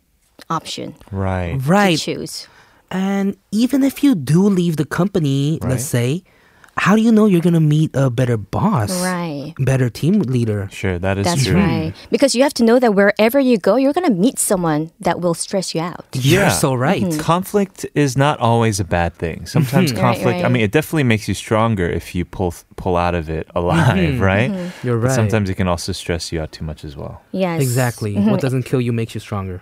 Speaker 6: option
Speaker 1: Right.
Speaker 2: Right.
Speaker 6: to choose.
Speaker 2: And even if you do leave the company,
Speaker 1: Right.
Speaker 2: let's say, how do you know you're going to meet a better boss?
Speaker 6: Right.
Speaker 2: Better team leader.
Speaker 1: Sure, that is
Speaker 6: That's
Speaker 1: true.
Speaker 6: right. Because you have to know that wherever you go, you're going to meet someone that will stress you out.
Speaker 2: You're so right.
Speaker 6: Mm-hmm.
Speaker 1: Conflict is not always a bad thing. Sometimes
Speaker 6: Hmm. Right,
Speaker 1: conflict, I
Speaker 6: right.
Speaker 1: mean, it definitely makes you stronger if you pull pull out of it alive,
Speaker 6: Mm-hmm.
Speaker 1: right?
Speaker 2: You're
Speaker 1: But
Speaker 2: right.
Speaker 1: sometimes it can also stress you out too much as well.
Speaker 6: Yes.
Speaker 2: Exactly.
Speaker 6: Mm-hmm.
Speaker 2: What doesn't kill you makes you stronger.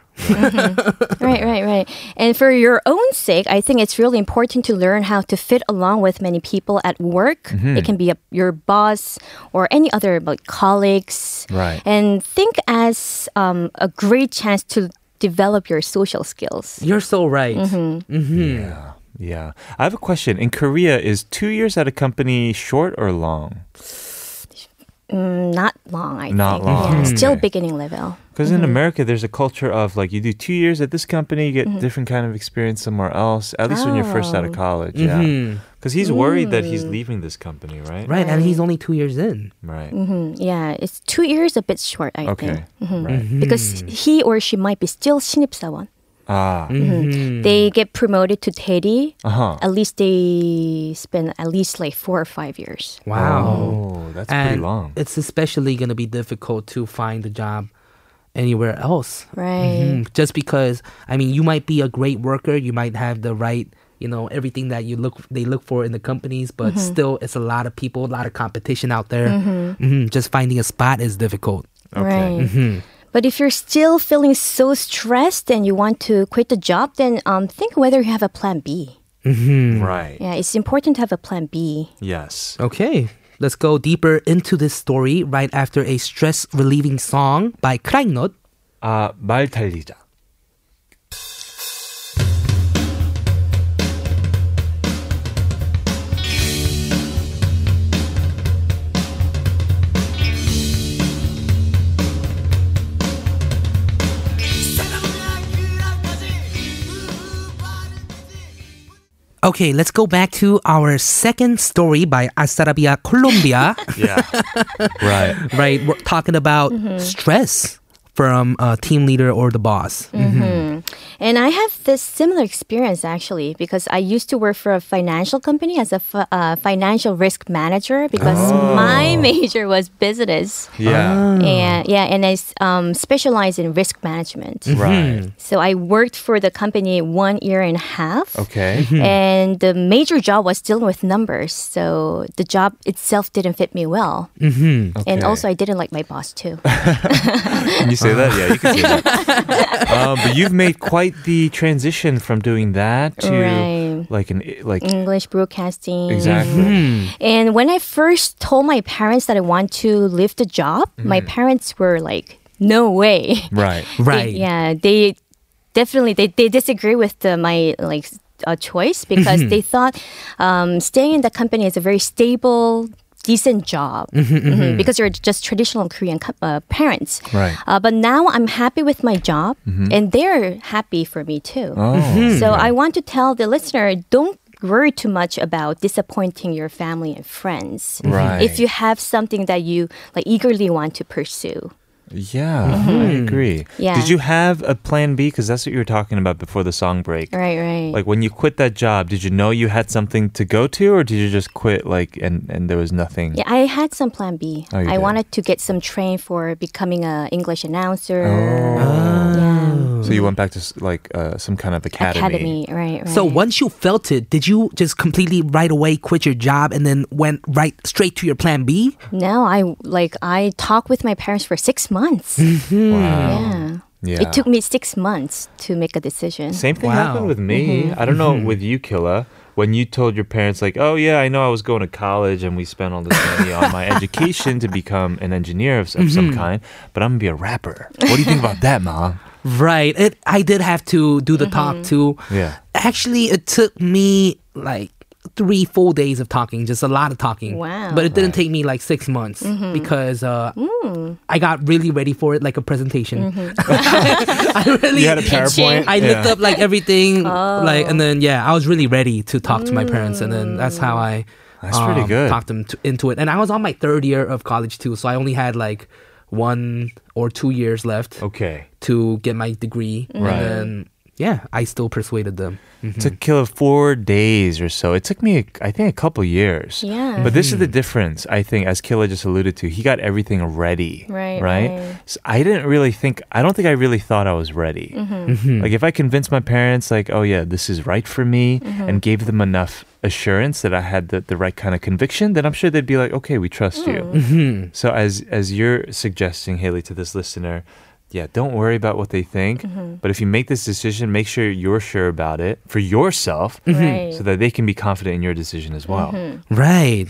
Speaker 6: Right, right, right. And for your own sake, I think it's really important to learn how to fit along with many people at work.
Speaker 1: Mm-hmm.
Speaker 6: It can be a, your boss or any other like colleagues.
Speaker 1: Right.
Speaker 6: And think as um, a great chance to develop your social skills.
Speaker 2: You're so right.
Speaker 6: Mm-hmm.
Speaker 1: Yeah. I have a question. In Korea, is two years at a company short or long?
Speaker 6: Mm, Not long, I
Speaker 1: Not
Speaker 6: think.
Speaker 1: long, Hmm.
Speaker 6: Yeah, still
Speaker 1: okay.
Speaker 6: beginning level.
Speaker 1: Because in
Speaker 6: Mm-hmm.
Speaker 1: America, there's a culture of like you do two years at this company, you get
Speaker 6: Mm-hmm.
Speaker 1: different kind of experience somewhere else. At least when you're first
Speaker 6: Oh.
Speaker 1: out of college, yeah. Because he's worried that he's
Speaker 6: Mm.
Speaker 1: leaving this company, right?
Speaker 2: Mm-hmm. Right. And he's only two years in.
Speaker 1: Right.
Speaker 6: Mm, yeah, it's two years a bit short, I
Speaker 1: Okay. Hmm.
Speaker 6: think. Mhm.
Speaker 1: Right.
Speaker 6: Because he or she might be still 신입사원.
Speaker 2: Mm-hmm.
Speaker 1: Ah.
Speaker 6: They get promoted to 대리.
Speaker 1: Uh huh.
Speaker 6: At least they spend at least like four or five years.
Speaker 2: Wow.
Speaker 1: Oh, that's
Speaker 2: and
Speaker 1: pretty long.
Speaker 2: it's especially going to be difficult to find a job anywhere else.
Speaker 6: Right.
Speaker 2: Mm, Just because, I mean, you might be a great worker, you might have the right, you know, everything that you look they look for in the companies, but still, it's a lot of people, a lot of competition out there. Mhm, Just finding a spot is difficult.
Speaker 6: Right. But if you're still feeling so stressed and you want to quit the job, then um, think whether you have a plan B.
Speaker 1: Right.
Speaker 6: Yeah, it's important to have a plan B.
Speaker 1: Yes.
Speaker 2: Okay. Let's go deeper into this story right after a stress relieving song by Krainot.
Speaker 1: 아, Uh, 말 달리자.
Speaker 2: Okay, let's go back to our second story by Asarabia Colombia.
Speaker 1: Yeah. right.
Speaker 2: right? We're talking about
Speaker 6: Mm-hmm.
Speaker 2: stress from a team leader or the boss.
Speaker 6: Mm-hmm. And I have this similar experience actually because I used to work for a financial company as a fi- uh, financial risk manager because my major was business.
Speaker 1: Yeah.
Speaker 6: And yeah, and I s- um, specialize in risk management.
Speaker 1: Ah. Hmm. Right.
Speaker 6: So I worked for the company one year and a half.
Speaker 1: Okay.
Speaker 6: And the major job was dealing with numbers. So the job itself didn't fit me well. And
Speaker 1: Okay.
Speaker 6: also, I didn't like my boss too.
Speaker 1: Can you say that? Yeah, you can say that. um, but you've made quite the transition from doing that to
Speaker 6: Right. Mm-hmm.
Speaker 1: like an like
Speaker 6: English broadcasting.
Speaker 1: exactly.
Speaker 6: And when I first told my parents that I want to leave the job, my parents were like, no way.
Speaker 1: Right.
Speaker 2: Right.
Speaker 6: They- yeah, they definitely they, they disagree with the, my like uh, choice because they thought um, staying in the company is a very stable. Decent job Mhm. because you're just traditional Korean co- uh, parents,
Speaker 1: Right.
Speaker 6: Uh, but now I'm happy with my job, and they're happy for me too.
Speaker 1: Mm-hmm. Oh.
Speaker 6: So I want to tell the listener don't worry too much about disappointing your family and friends.
Speaker 1: Right.
Speaker 6: If you have something that you like eagerly want to pursue.
Speaker 1: Yeah, I agree.
Speaker 6: Mm-hmm. Yeah.
Speaker 1: Did you have a plan B? Because that's what you were talking about before the song break.
Speaker 6: Right, right.
Speaker 1: Like when you quit that job, did you know you had something to go to, or did you just quit like and and there was nothing?
Speaker 6: yeah, I had some plan B.
Speaker 1: Oh, you
Speaker 6: I
Speaker 1: did.
Speaker 6: wanted to get some train for becoming an English announcer.
Speaker 1: Oh. So you went back to s- like uh, some kind of
Speaker 6: Yeah.
Speaker 1: academy.
Speaker 6: Academy. right, right.
Speaker 2: So once you felt it, did you just completely right away quit your job and then went right straight to your plan B?
Speaker 6: No, I like I talked with my parents for six months.
Speaker 1: Wow.
Speaker 6: Yeah.
Speaker 1: Yeah.
Speaker 6: It took me six months to make a decision.
Speaker 1: Same thing
Speaker 2: Wow.
Speaker 1: happened with me. I don't know with you, Killa. When you told your parents, like, "Oh yeah, I know I was going to college, and we spent all this money on my education to become an engineer of, of some kind, but I'm gonna be a rapper." What do you think about that, Mom?
Speaker 2: Right. It I did have to do the talk too.
Speaker 1: Yeah.
Speaker 2: Actually, it took me like three full days of talking, just a lot of talking.
Speaker 6: Wow.
Speaker 2: But it didn't take me like six months because uh, I got really ready for it, like a presentation. I really
Speaker 1: You had a PowerPoint.
Speaker 2: I looked
Speaker 1: Yeah.
Speaker 2: up like everything, like, and then yeah, I was really ready to talk to my parents, and then that's how I. um,
Speaker 1: That's pretty good.
Speaker 2: Talked them to, into it, and I was on my third year of college too, so I only had like one or two years left
Speaker 1: Okay.
Speaker 2: to get my degree,
Speaker 1: Right.
Speaker 2: and then yeah, I still persuaded them.
Speaker 1: Took Killer four days or so. It took me, I think, a couple years.
Speaker 6: Yeah.
Speaker 1: But this is the difference, I think, as Killer just alluded to. He got everything ready.
Speaker 6: Right,
Speaker 1: Right.
Speaker 6: right.
Speaker 1: So I didn't really think. I don't think I really thought I was ready.
Speaker 6: Mm-hmm.
Speaker 1: Like if I convinced my parents, like, oh yeah, this is right for me,
Speaker 6: Mm-hmm.
Speaker 1: and gave them enough assurance that I had the, the right kind of conviction, then I'm sure they'd be like, okay, we trust
Speaker 6: Mm-hmm.
Speaker 1: you. So as as you're suggesting, Haley, to this listener, yeah, don't worry about what they think. But if you make this decision, make sure you're sure about it for yourself,
Speaker 6: Right.
Speaker 1: so that they can be confident in your decision as well.
Speaker 2: Mm-hmm. Right.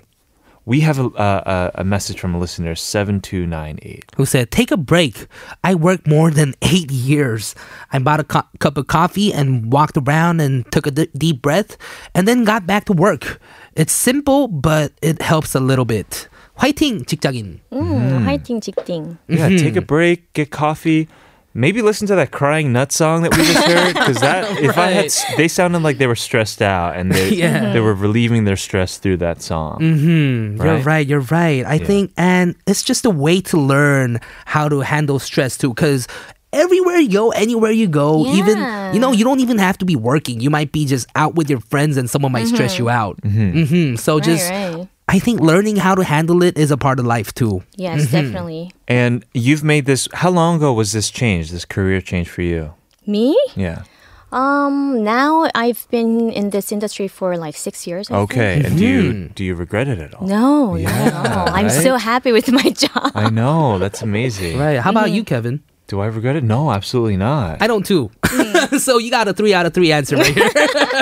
Speaker 1: We have a, a a- a message from a listener seven two nine eight.
Speaker 2: who said, Take a break. I worked more than eight years. I bought a cu- cup of coffee and walked around and took a d- deep breath and then got back to work. It's simple, but it helps a little bit. 화이팅, 직장인.
Speaker 1: Mm-hmm.
Speaker 6: Mm, 화이팅 직딩.
Speaker 1: Yeah, take a break, get coffee. Maybe listen to that crying nut song that we just heard because that if I had s- they sounded like they were stressed out and they
Speaker 2: Yeah. Mm-hmm.
Speaker 1: they were relieving their stress through that song.
Speaker 2: You're right. You're right. I think, and it's just a way to learn how to handle stress too, because. Everywhere you go, anywhere you go, even you know, you don't even have to be working. You might be just out with your friends, and someone might stress you out. Mm-hmm. So just,
Speaker 6: right.
Speaker 2: I think learning how to handle it is a part of life too.
Speaker 6: Yes,
Speaker 1: Mm-hmm.
Speaker 6: definitely.
Speaker 1: And you've made this. How long ago was this change, this career change for you?
Speaker 6: Me?
Speaker 1: Yeah.
Speaker 6: Um, now I've been in this industry for like six years. I think.
Speaker 1: Okay. And do you do you regret it at all?
Speaker 6: No, not at
Speaker 1: Yeah,
Speaker 6: all. I'm so happy with my job.
Speaker 1: I know that's amazing.
Speaker 2: Right? How about you, Kevin?
Speaker 1: Do I regret it? No, absolutely not.
Speaker 2: I don't too. so you got a three out of three answer right here.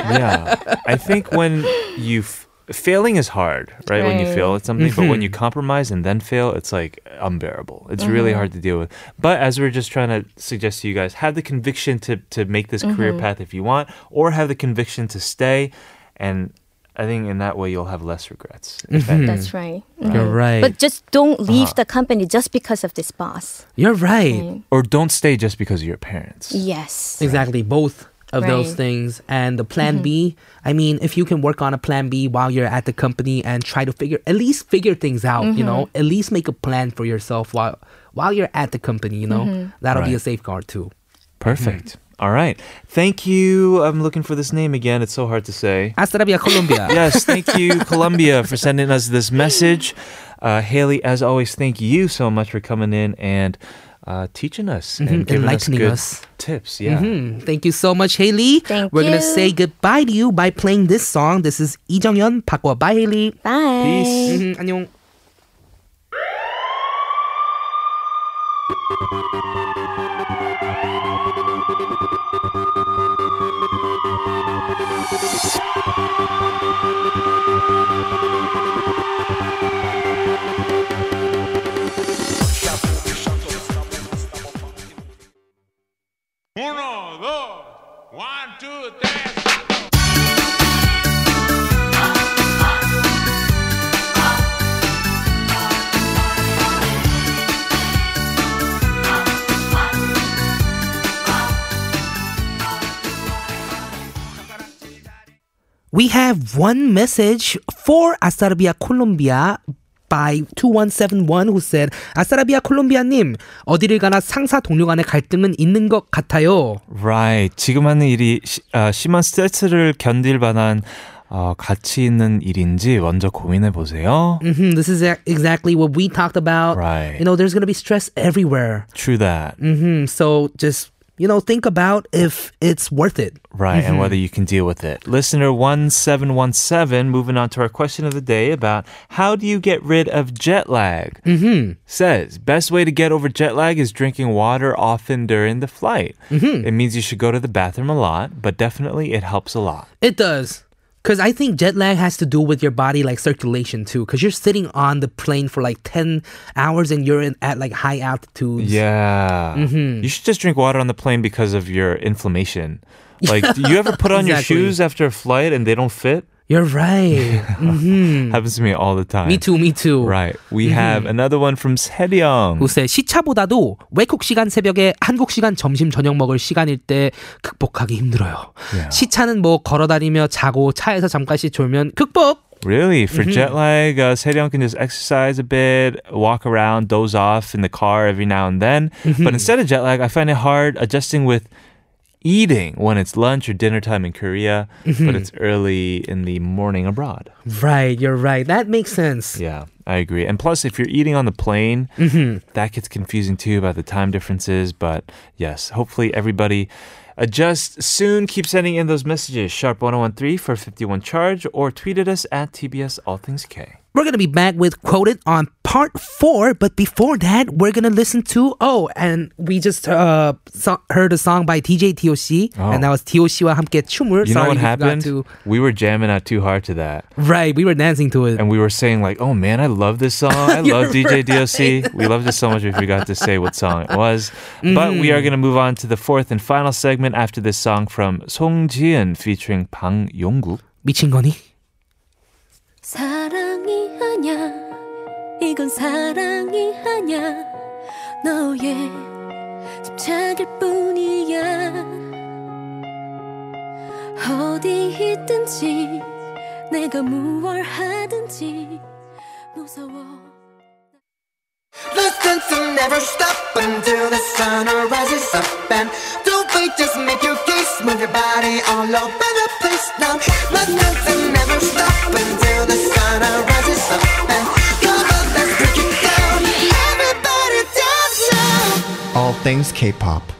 Speaker 1: yeah. I think when you f- failing is hard, right? When you
Speaker 6: Right. Mm-hmm.
Speaker 1: fail at something, but when you compromise and then fail, it's like unbearable. It's really hard
Speaker 6: Mm-hmm.
Speaker 1: to deal with. But as we're just trying to suggest to you guys, have the conviction to to make this career
Speaker 6: Mm-hmm.
Speaker 1: path if you want, or have the conviction to stay. And I think in that way, you'll have less regrets. In fact,
Speaker 6: Mm-hmm. That's right. Mm.
Speaker 2: You're right.
Speaker 6: But just don't
Speaker 1: Uh-huh.
Speaker 6: leave the company just because of this boss.
Speaker 2: You're right.
Speaker 1: Or don't stay just because of your parents.
Speaker 6: Yes.
Speaker 2: Exactly, both of those
Speaker 6: Right. Mm-hmm.
Speaker 2: things. And the plan B, I mean, if you can work on a plan B while you're at the company and try to figure at least figure things out, you know,
Speaker 6: Mm-hmm.
Speaker 2: at least make a plan for yourself while while you're at the company, you know.
Speaker 6: Mm-hmm.
Speaker 2: That'll be a
Speaker 1: Right.
Speaker 2: safeguard too.
Speaker 1: Perfect. All right. Thank you. I'm looking for this name again. It's so hard to say.
Speaker 2: Hasta la via Colombia.
Speaker 1: yes, thank you, Columbia, for sending us this message. Uh, Haley, as always, thank you so much for coming in and uh, teaching us and giving
Speaker 2: Mm-hmm, enlightening
Speaker 1: us,
Speaker 2: us.
Speaker 1: good tips. Yeah.
Speaker 2: Mm, Thank you so much, Haley.
Speaker 6: Thank
Speaker 2: We're gonna
Speaker 6: you.
Speaker 2: say goodbye to you by playing this song. This is Lee Jung Yun, Pakwa by Haley.
Speaker 6: Bye.
Speaker 1: Peace.
Speaker 2: Mhm, 안녕.
Speaker 4: Uno, dos, one, two, three.
Speaker 2: We have one message for Asarabia Colombia by 2171 who said 아사라비아 콜롬비아님 어디를 가나 상사 동료 간의 갈등은 있는 것 같아요.
Speaker 1: Right. 지금 하는 일이 시- 아, 심한 스트레스를 견딜 만한 어, 가치 있는 일인지 먼저 고민해 보세요.
Speaker 2: Mhm, This is ex- exactly what we talked about.
Speaker 1: Right.
Speaker 2: You know, there's gonna be stress everywhere.
Speaker 1: True that.
Speaker 2: Mm, So just you know think about if it's worth it.
Speaker 1: Right, and whether you can deal with it. Listener 1717, moving on to our question of the day about how do you get rid of jet lag? Mm-hmm. Says, best way to get over jet lag is drinking water often during the flight. Mm-hmm. It means you should go to the bathroom a lot, but definitely it helps a lot.
Speaker 2: It does. Because I think jet lag has to do with your body like circulation too. Because you're sitting on the plane for like 10 hours and you're in, at like high altitudes.
Speaker 1: Yeah. Mm-hmm. You should just drink water on the plane because of your inflammation. Like, do you ever put on your
Speaker 2: Exactly.
Speaker 1: shoes after a flight and they don't fit?
Speaker 2: You're right. Mhm.
Speaker 1: Happens to me all the time.
Speaker 2: me too, me too.
Speaker 1: 네. Right. We have another one from Seryong.
Speaker 2: 요새 시차보다도 외국 시간 새벽에 한국 시간 점심 저녁 먹을 시간일 때 극복하기 힘들어요. 시차는 뭐 걸어다니며 자고 차에서 잠깐씩 졸면 극복.
Speaker 1: Really? For jet lag, uh, Seryong can just exercise a bit, walk around, doze off in the car every now and then. But instead of jet lag, I find it hard adjusting with eating when it's lunch or dinner time in Korea, but it's early in the morning abroad.
Speaker 2: Right, you're right. That makes sense.
Speaker 1: Yeah, I agree. And plus, if you're eating on the plane, that gets confusing too about the time differences. But yes, hopefully everybody adjusts soon. Keep sending in those messages. Sharp 1013 for 51 charge or tweet at us at TBS All Things K.
Speaker 2: We're gonna be back with quoted on part four, but before that, we're gonna listen to oh, and we just uh so- heard a song by DJ TOC, and that was TOC와 함께 춤을.
Speaker 1: Oh. You know what
Speaker 2: Sorry, we forgot
Speaker 1: happened?
Speaker 2: to-
Speaker 1: We were jamming out too hard to that.
Speaker 2: right, we were dancing to it.
Speaker 1: And we were saying like, "Oh man, I love this song. I love DJ DOC. We loved it so much we forgot to say what song it was." But we
Speaker 2: Mm.
Speaker 1: are going to move on to the fourth and final segment after this song from Song Jian featuring Bang Yongguk.
Speaker 2: 미친 거니?
Speaker 5: 사랑이 아냐 이건 사랑이 아냐 너의 집착일 뿐이야 어디 있든지 내가 무얼 하든지 무서워
Speaker 9: The sense will never stop until the sun rises up and don't wait, just make your case, move your body all over the place now. The sense will never stop until the sun rises up and come on, let's break it down. Everybody dance now. All things K-pop.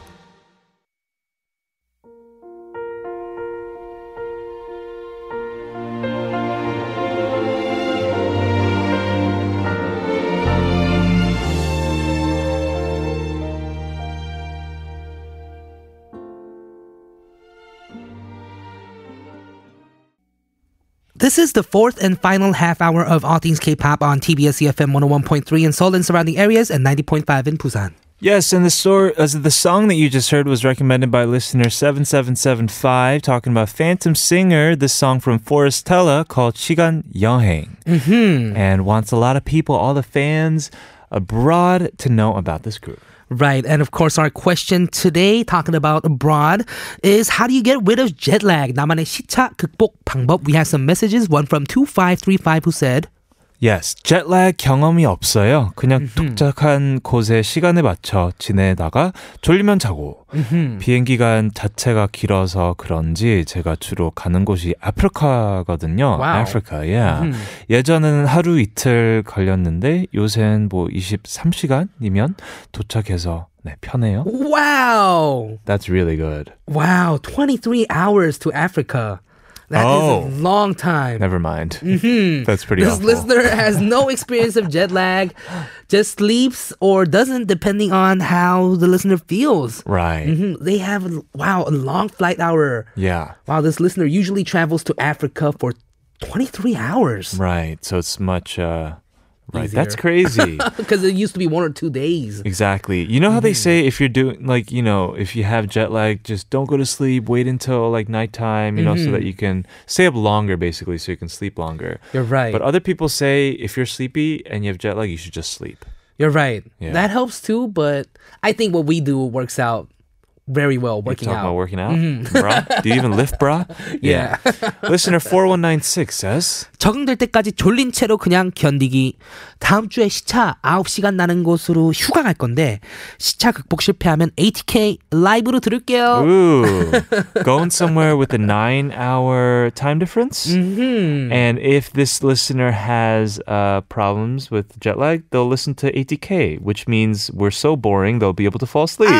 Speaker 2: This is the fourth and final half hour of All Things K-pop on TBS EFM 101.3 in Seoul and surrounding areas and 90.5 in Busan.
Speaker 1: Yes, and the sor- uh, the song that you just heard was recommended by listener 7775 talking about Phantom Singer, this song from Forestella called Shigan Yeongheng. Mm-hmm. And wants a lot of people, all the fans abroad to know about this group.
Speaker 2: Right, and of course, our question today, talking about abroad, is how do you get rid of jet lag? 나만의 시차 극복 방법. We have some messages. One from 2535 who said,
Speaker 1: Yes, jet lag 경험이 없어요. 그냥 독특한 곳에 시간에 맞춰 지내다가 졸리면 자고. 비행기간 자체가 길어서 그런지 제가 주로 가는 곳이 아프리카거든요.
Speaker 2: 와우.
Speaker 1: 아프리카, 예. 예전에는 하루 이틀 걸렸는데 요새는 뭐 23시간이면 도착해서 네, 편해요.
Speaker 2: "Wow,
Speaker 1: That's really good.
Speaker 2: wow, 23 hours to Africa. That is
Speaker 1: Oh.
Speaker 2: a long time."
Speaker 1: Never mind. That's pretty
Speaker 2: This
Speaker 1: awful.
Speaker 2: listener has no experience of jet lag, just sleeps or doesn't, depending on how the listener feels.
Speaker 1: Right.
Speaker 2: Mhm, They have, wow, a long flight hour.
Speaker 1: Yeah.
Speaker 2: Wow, this listener usually travels to Africa for 23 hours
Speaker 1: Right. So it's much uh right. That's
Speaker 2: Easier.
Speaker 1: crazy.
Speaker 2: because it used to be one or two days.
Speaker 1: Exactly. You know how they
Speaker 2: Mm-hmm.
Speaker 1: say if you're doing like you know if you have jet lag, just don't go to sleep. Wait until like nighttime, you know,
Speaker 2: Mm-hmm.
Speaker 1: so that you can stay up longer, basically, so you can sleep longer.
Speaker 2: You're right.
Speaker 1: But other people say if you're sleepy and you have jet lag, you should just sleep.
Speaker 2: You're right.
Speaker 1: Yeah.
Speaker 2: That helps too, but I think what we do works out very well
Speaker 1: You're
Speaker 2: working
Speaker 1: talking
Speaker 2: out. Mm-hmm.
Speaker 1: about working out, bra? Do you even lift, bra? Yeah. Listener four one nine six says.
Speaker 2: 적응될 때까지 졸린 채로 그냥 견디기. 다음 주에 시차 9시간 나는 곳으로 휴가 갈 건데 시차 극복 실패하면 ATK 라이브로 들을게요.
Speaker 1: Ooh, going somewhere with a nine hour time difference. And if this listener has uh, problems with jet lag, they'll listen to ATK, which means we're so boring they'll be able to fall asleep.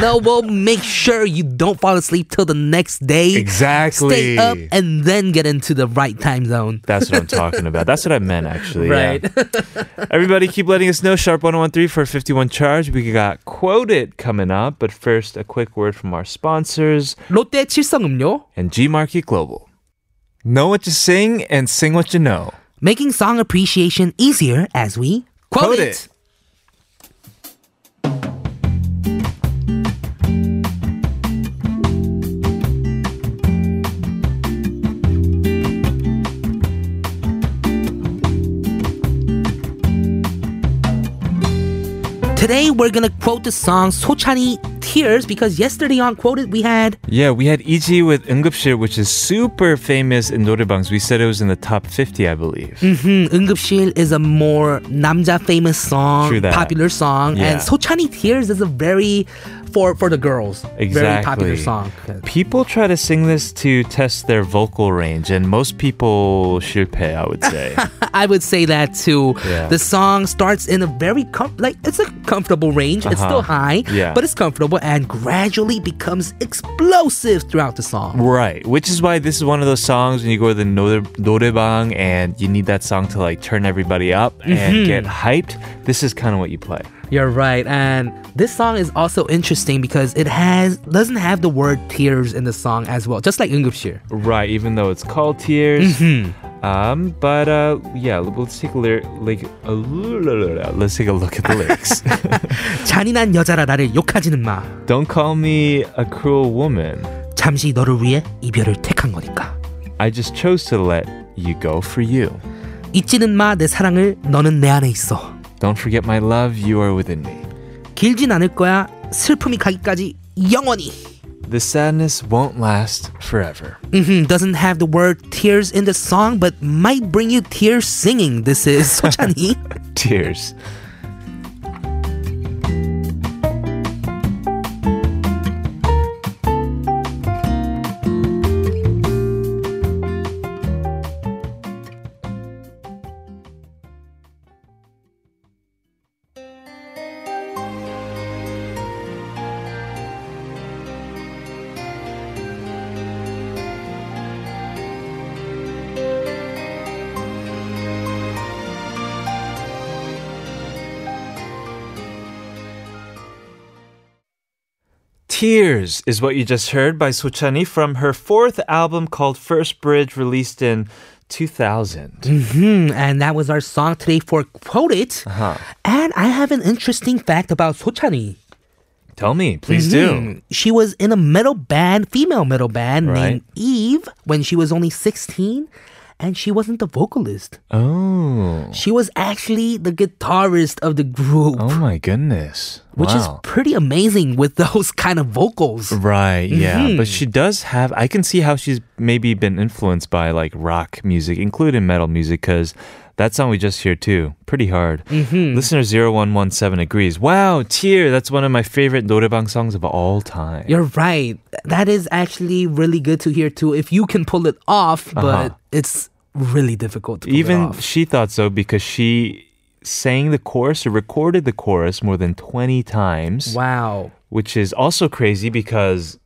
Speaker 2: no, we'll make sure you don't fall asleep till the next day.
Speaker 1: Exactly.
Speaker 2: Stay up and then get into the right time zone.
Speaker 1: That's what I'm talking about. That's what I meant, actually.
Speaker 2: Right.
Speaker 1: yeah. Everybody, keep letting us know. Sharp 1013 for 51 charge. We got quoted coming up, but first, a quick word from our sponsors.
Speaker 2: 롯데 칠성 음료.
Speaker 1: and G Market Global. Know what you sing and sing what you know.
Speaker 2: making song appreciation easier as we quote,
Speaker 1: Quote
Speaker 2: it.
Speaker 1: it.
Speaker 2: Today we're gonna quote the song Sochani Tears because yesterday on Quoted we had
Speaker 1: Yeah, we had EG with 응급실, which is super famous in 노래방s. We said it was in the top 50, I believe.
Speaker 2: mm, 응급실 is a more 남자 famous song,
Speaker 1: True that.
Speaker 2: popular song,
Speaker 1: Yeah.
Speaker 2: and Sochani Tears is a very for for the girls, very popular song.
Speaker 1: People try to sing this to test their vocal range, and most people 실패, I would say.
Speaker 2: I would say that too.
Speaker 1: Yeah.
Speaker 2: The song starts in a very com- like it's a comfortable range. It's still high,
Speaker 1: Uh-huh. Yeah.
Speaker 2: but it's comfortable and gradually becomes explosive throughout the song.
Speaker 1: right, which is why this is one of those songs when you go to the 노래, 노래방 and you need that song to like turn everybody up and get hyped. This is kind of what you play.
Speaker 2: You're right, and this song is also interesting because it has doesn't have the word tears in the song as well, just like Ingupshir.
Speaker 1: Right, even though it's called Tears. Um, but uh, yeah, let's take a lyric. Like, a l- let's take a look at the lyrics.
Speaker 2: 잔인한 여자라 나를 욕하지는 마.
Speaker 1: Don't call me a cruel woman.
Speaker 2: 잠시 너를 위해 이별을 택한 거니까.
Speaker 1: I just chose to let you go for you.
Speaker 2: 잊지는 마 내 사랑을 너는 내 안에 있어.
Speaker 1: Don't forget my love, you are within me.
Speaker 2: 길진 않을 거야. 슬픔이 가기까지 영원히.
Speaker 1: The sadness won't last forever.
Speaker 2: hmm doesn't have the word tears in the song, but might bring you tears singing. This is Sochani.
Speaker 1: Tears. Tears is what you just heard by Sochani from her fourth album called First Bridge, released in 2000.
Speaker 2: Hmm, and that was our song today for Quote It. And I have an interesting fact about Sochani. Hmm,
Speaker 1: Tell me, please do.
Speaker 2: She was in a metal band, female metal band
Speaker 1: Right.
Speaker 2: named Eve when she was only 16, and she wasn't the vocalist.
Speaker 1: Oh.
Speaker 2: She was actually the guitarist of the group,
Speaker 1: Oh my goodness.
Speaker 2: which is
Speaker 1: Wow.
Speaker 2: pretty amazing with those kind of vocals.
Speaker 1: Right, yeah.
Speaker 2: Mm-hmm.
Speaker 1: But she does have I can see how she's maybe been influenced by like rock music, including metal music, because that song we just hear too, pretty hard.
Speaker 2: Mm-hmm.
Speaker 1: Listener 0117 agrees. Wow, Tear, that's one of my favorite 노래방 songs of all time.
Speaker 2: You're right. That is actually really good to hear too. If you can pull it off, but it's really difficult to pull it
Speaker 1: Uh-huh. Even
Speaker 2: off.
Speaker 1: she thought so because she sang the chorus or recorded the chorus more than 20 times,
Speaker 2: Wow.
Speaker 1: which is also crazy because.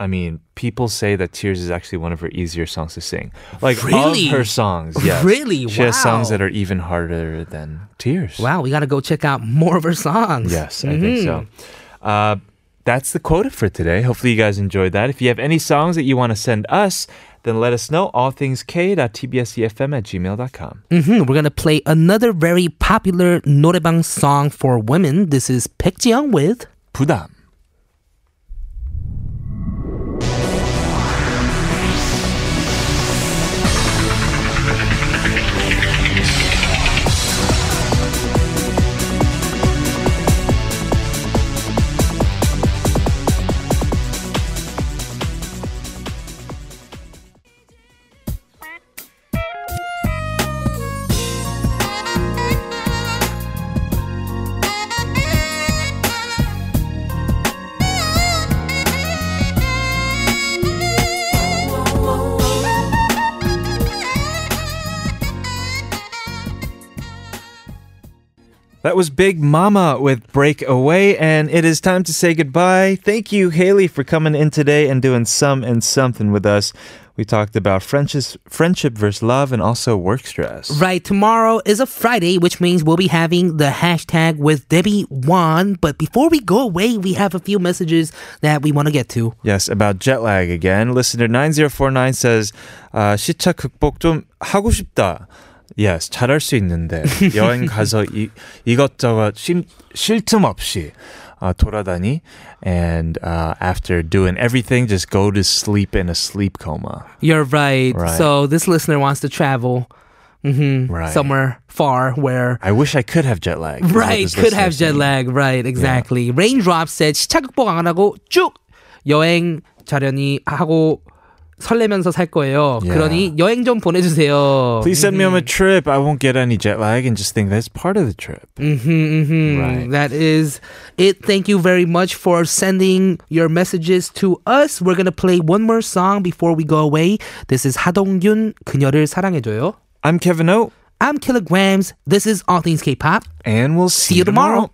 Speaker 1: I mean, people say that Tears is actually one of her easier songs to sing. Like
Speaker 2: Really?
Speaker 1: of her songs, yes.
Speaker 2: Really?
Speaker 1: She has songs
Speaker 2: Wow.
Speaker 1: that are even harder than Tears.
Speaker 2: Wow, we gotta go check out more of her songs.
Speaker 1: Yes, I think so.
Speaker 2: Mm-hmm.
Speaker 1: Uh, that's the quota for today. Hopefully, you guys enjoyed that. If you have any songs that you want to send us, then let us know. All things k.tbsefm E at gmail.com.
Speaker 2: hmm We're gonna play another very popular 노래방 song for women. This is Baek Jiyoung with
Speaker 1: 부담. That was Big Mama with Break Away, and it is time to say goodbye. Thank you, Haley, for coming in today and doing some and something with us. We talked about friendships, friendship versus love and also work stress.
Speaker 2: Right. Tomorrow is a Friday, which means we'll be having the hashtag with Debbie Wan. But before we go away, we have a few messages that we wanna get to.
Speaker 1: Yes, about jet lag again. Listener 9049 says, uh, 시차 극복 좀 하고 싶다. Yes, 잘할 수 있는데 여행 가서 이, 이것저것 쉴틈 없이 uh, 돌아다니 and uh, after doing everything just go to sleep in a sleep coma.
Speaker 2: You're right.
Speaker 1: Right.
Speaker 2: So this listener wants to travel.
Speaker 1: Right.
Speaker 2: Mm-hmm. somewhere far where
Speaker 1: I wish I could have jet lag. is what
Speaker 2: right
Speaker 1: this
Speaker 2: could have
Speaker 1: listener's
Speaker 2: jet
Speaker 1: saying.
Speaker 2: lag. Right, exactly. Raindrop said 시차 극복 안 하고 쭉 여행 자련이 하고 설레면서 살 거예요.
Speaker 1: Yeah.
Speaker 2: 그러니 여행 좀 보내주세요.
Speaker 1: Please send me
Speaker 2: Mm-hmm.
Speaker 1: on a trip. I won't get any jet lag and just think that's part of the trip.
Speaker 2: Mm-hmm,
Speaker 1: Right.
Speaker 2: That is it. Thank you very much for sending your messages to us. We're gonna play one more song before we go away. This is 하동균 그녀를 사랑해줘요.
Speaker 1: I'm Kevin O,
Speaker 2: I'm Kilograms. This is All Things K-pop.
Speaker 1: and we'll see,
Speaker 2: See you tomorrow.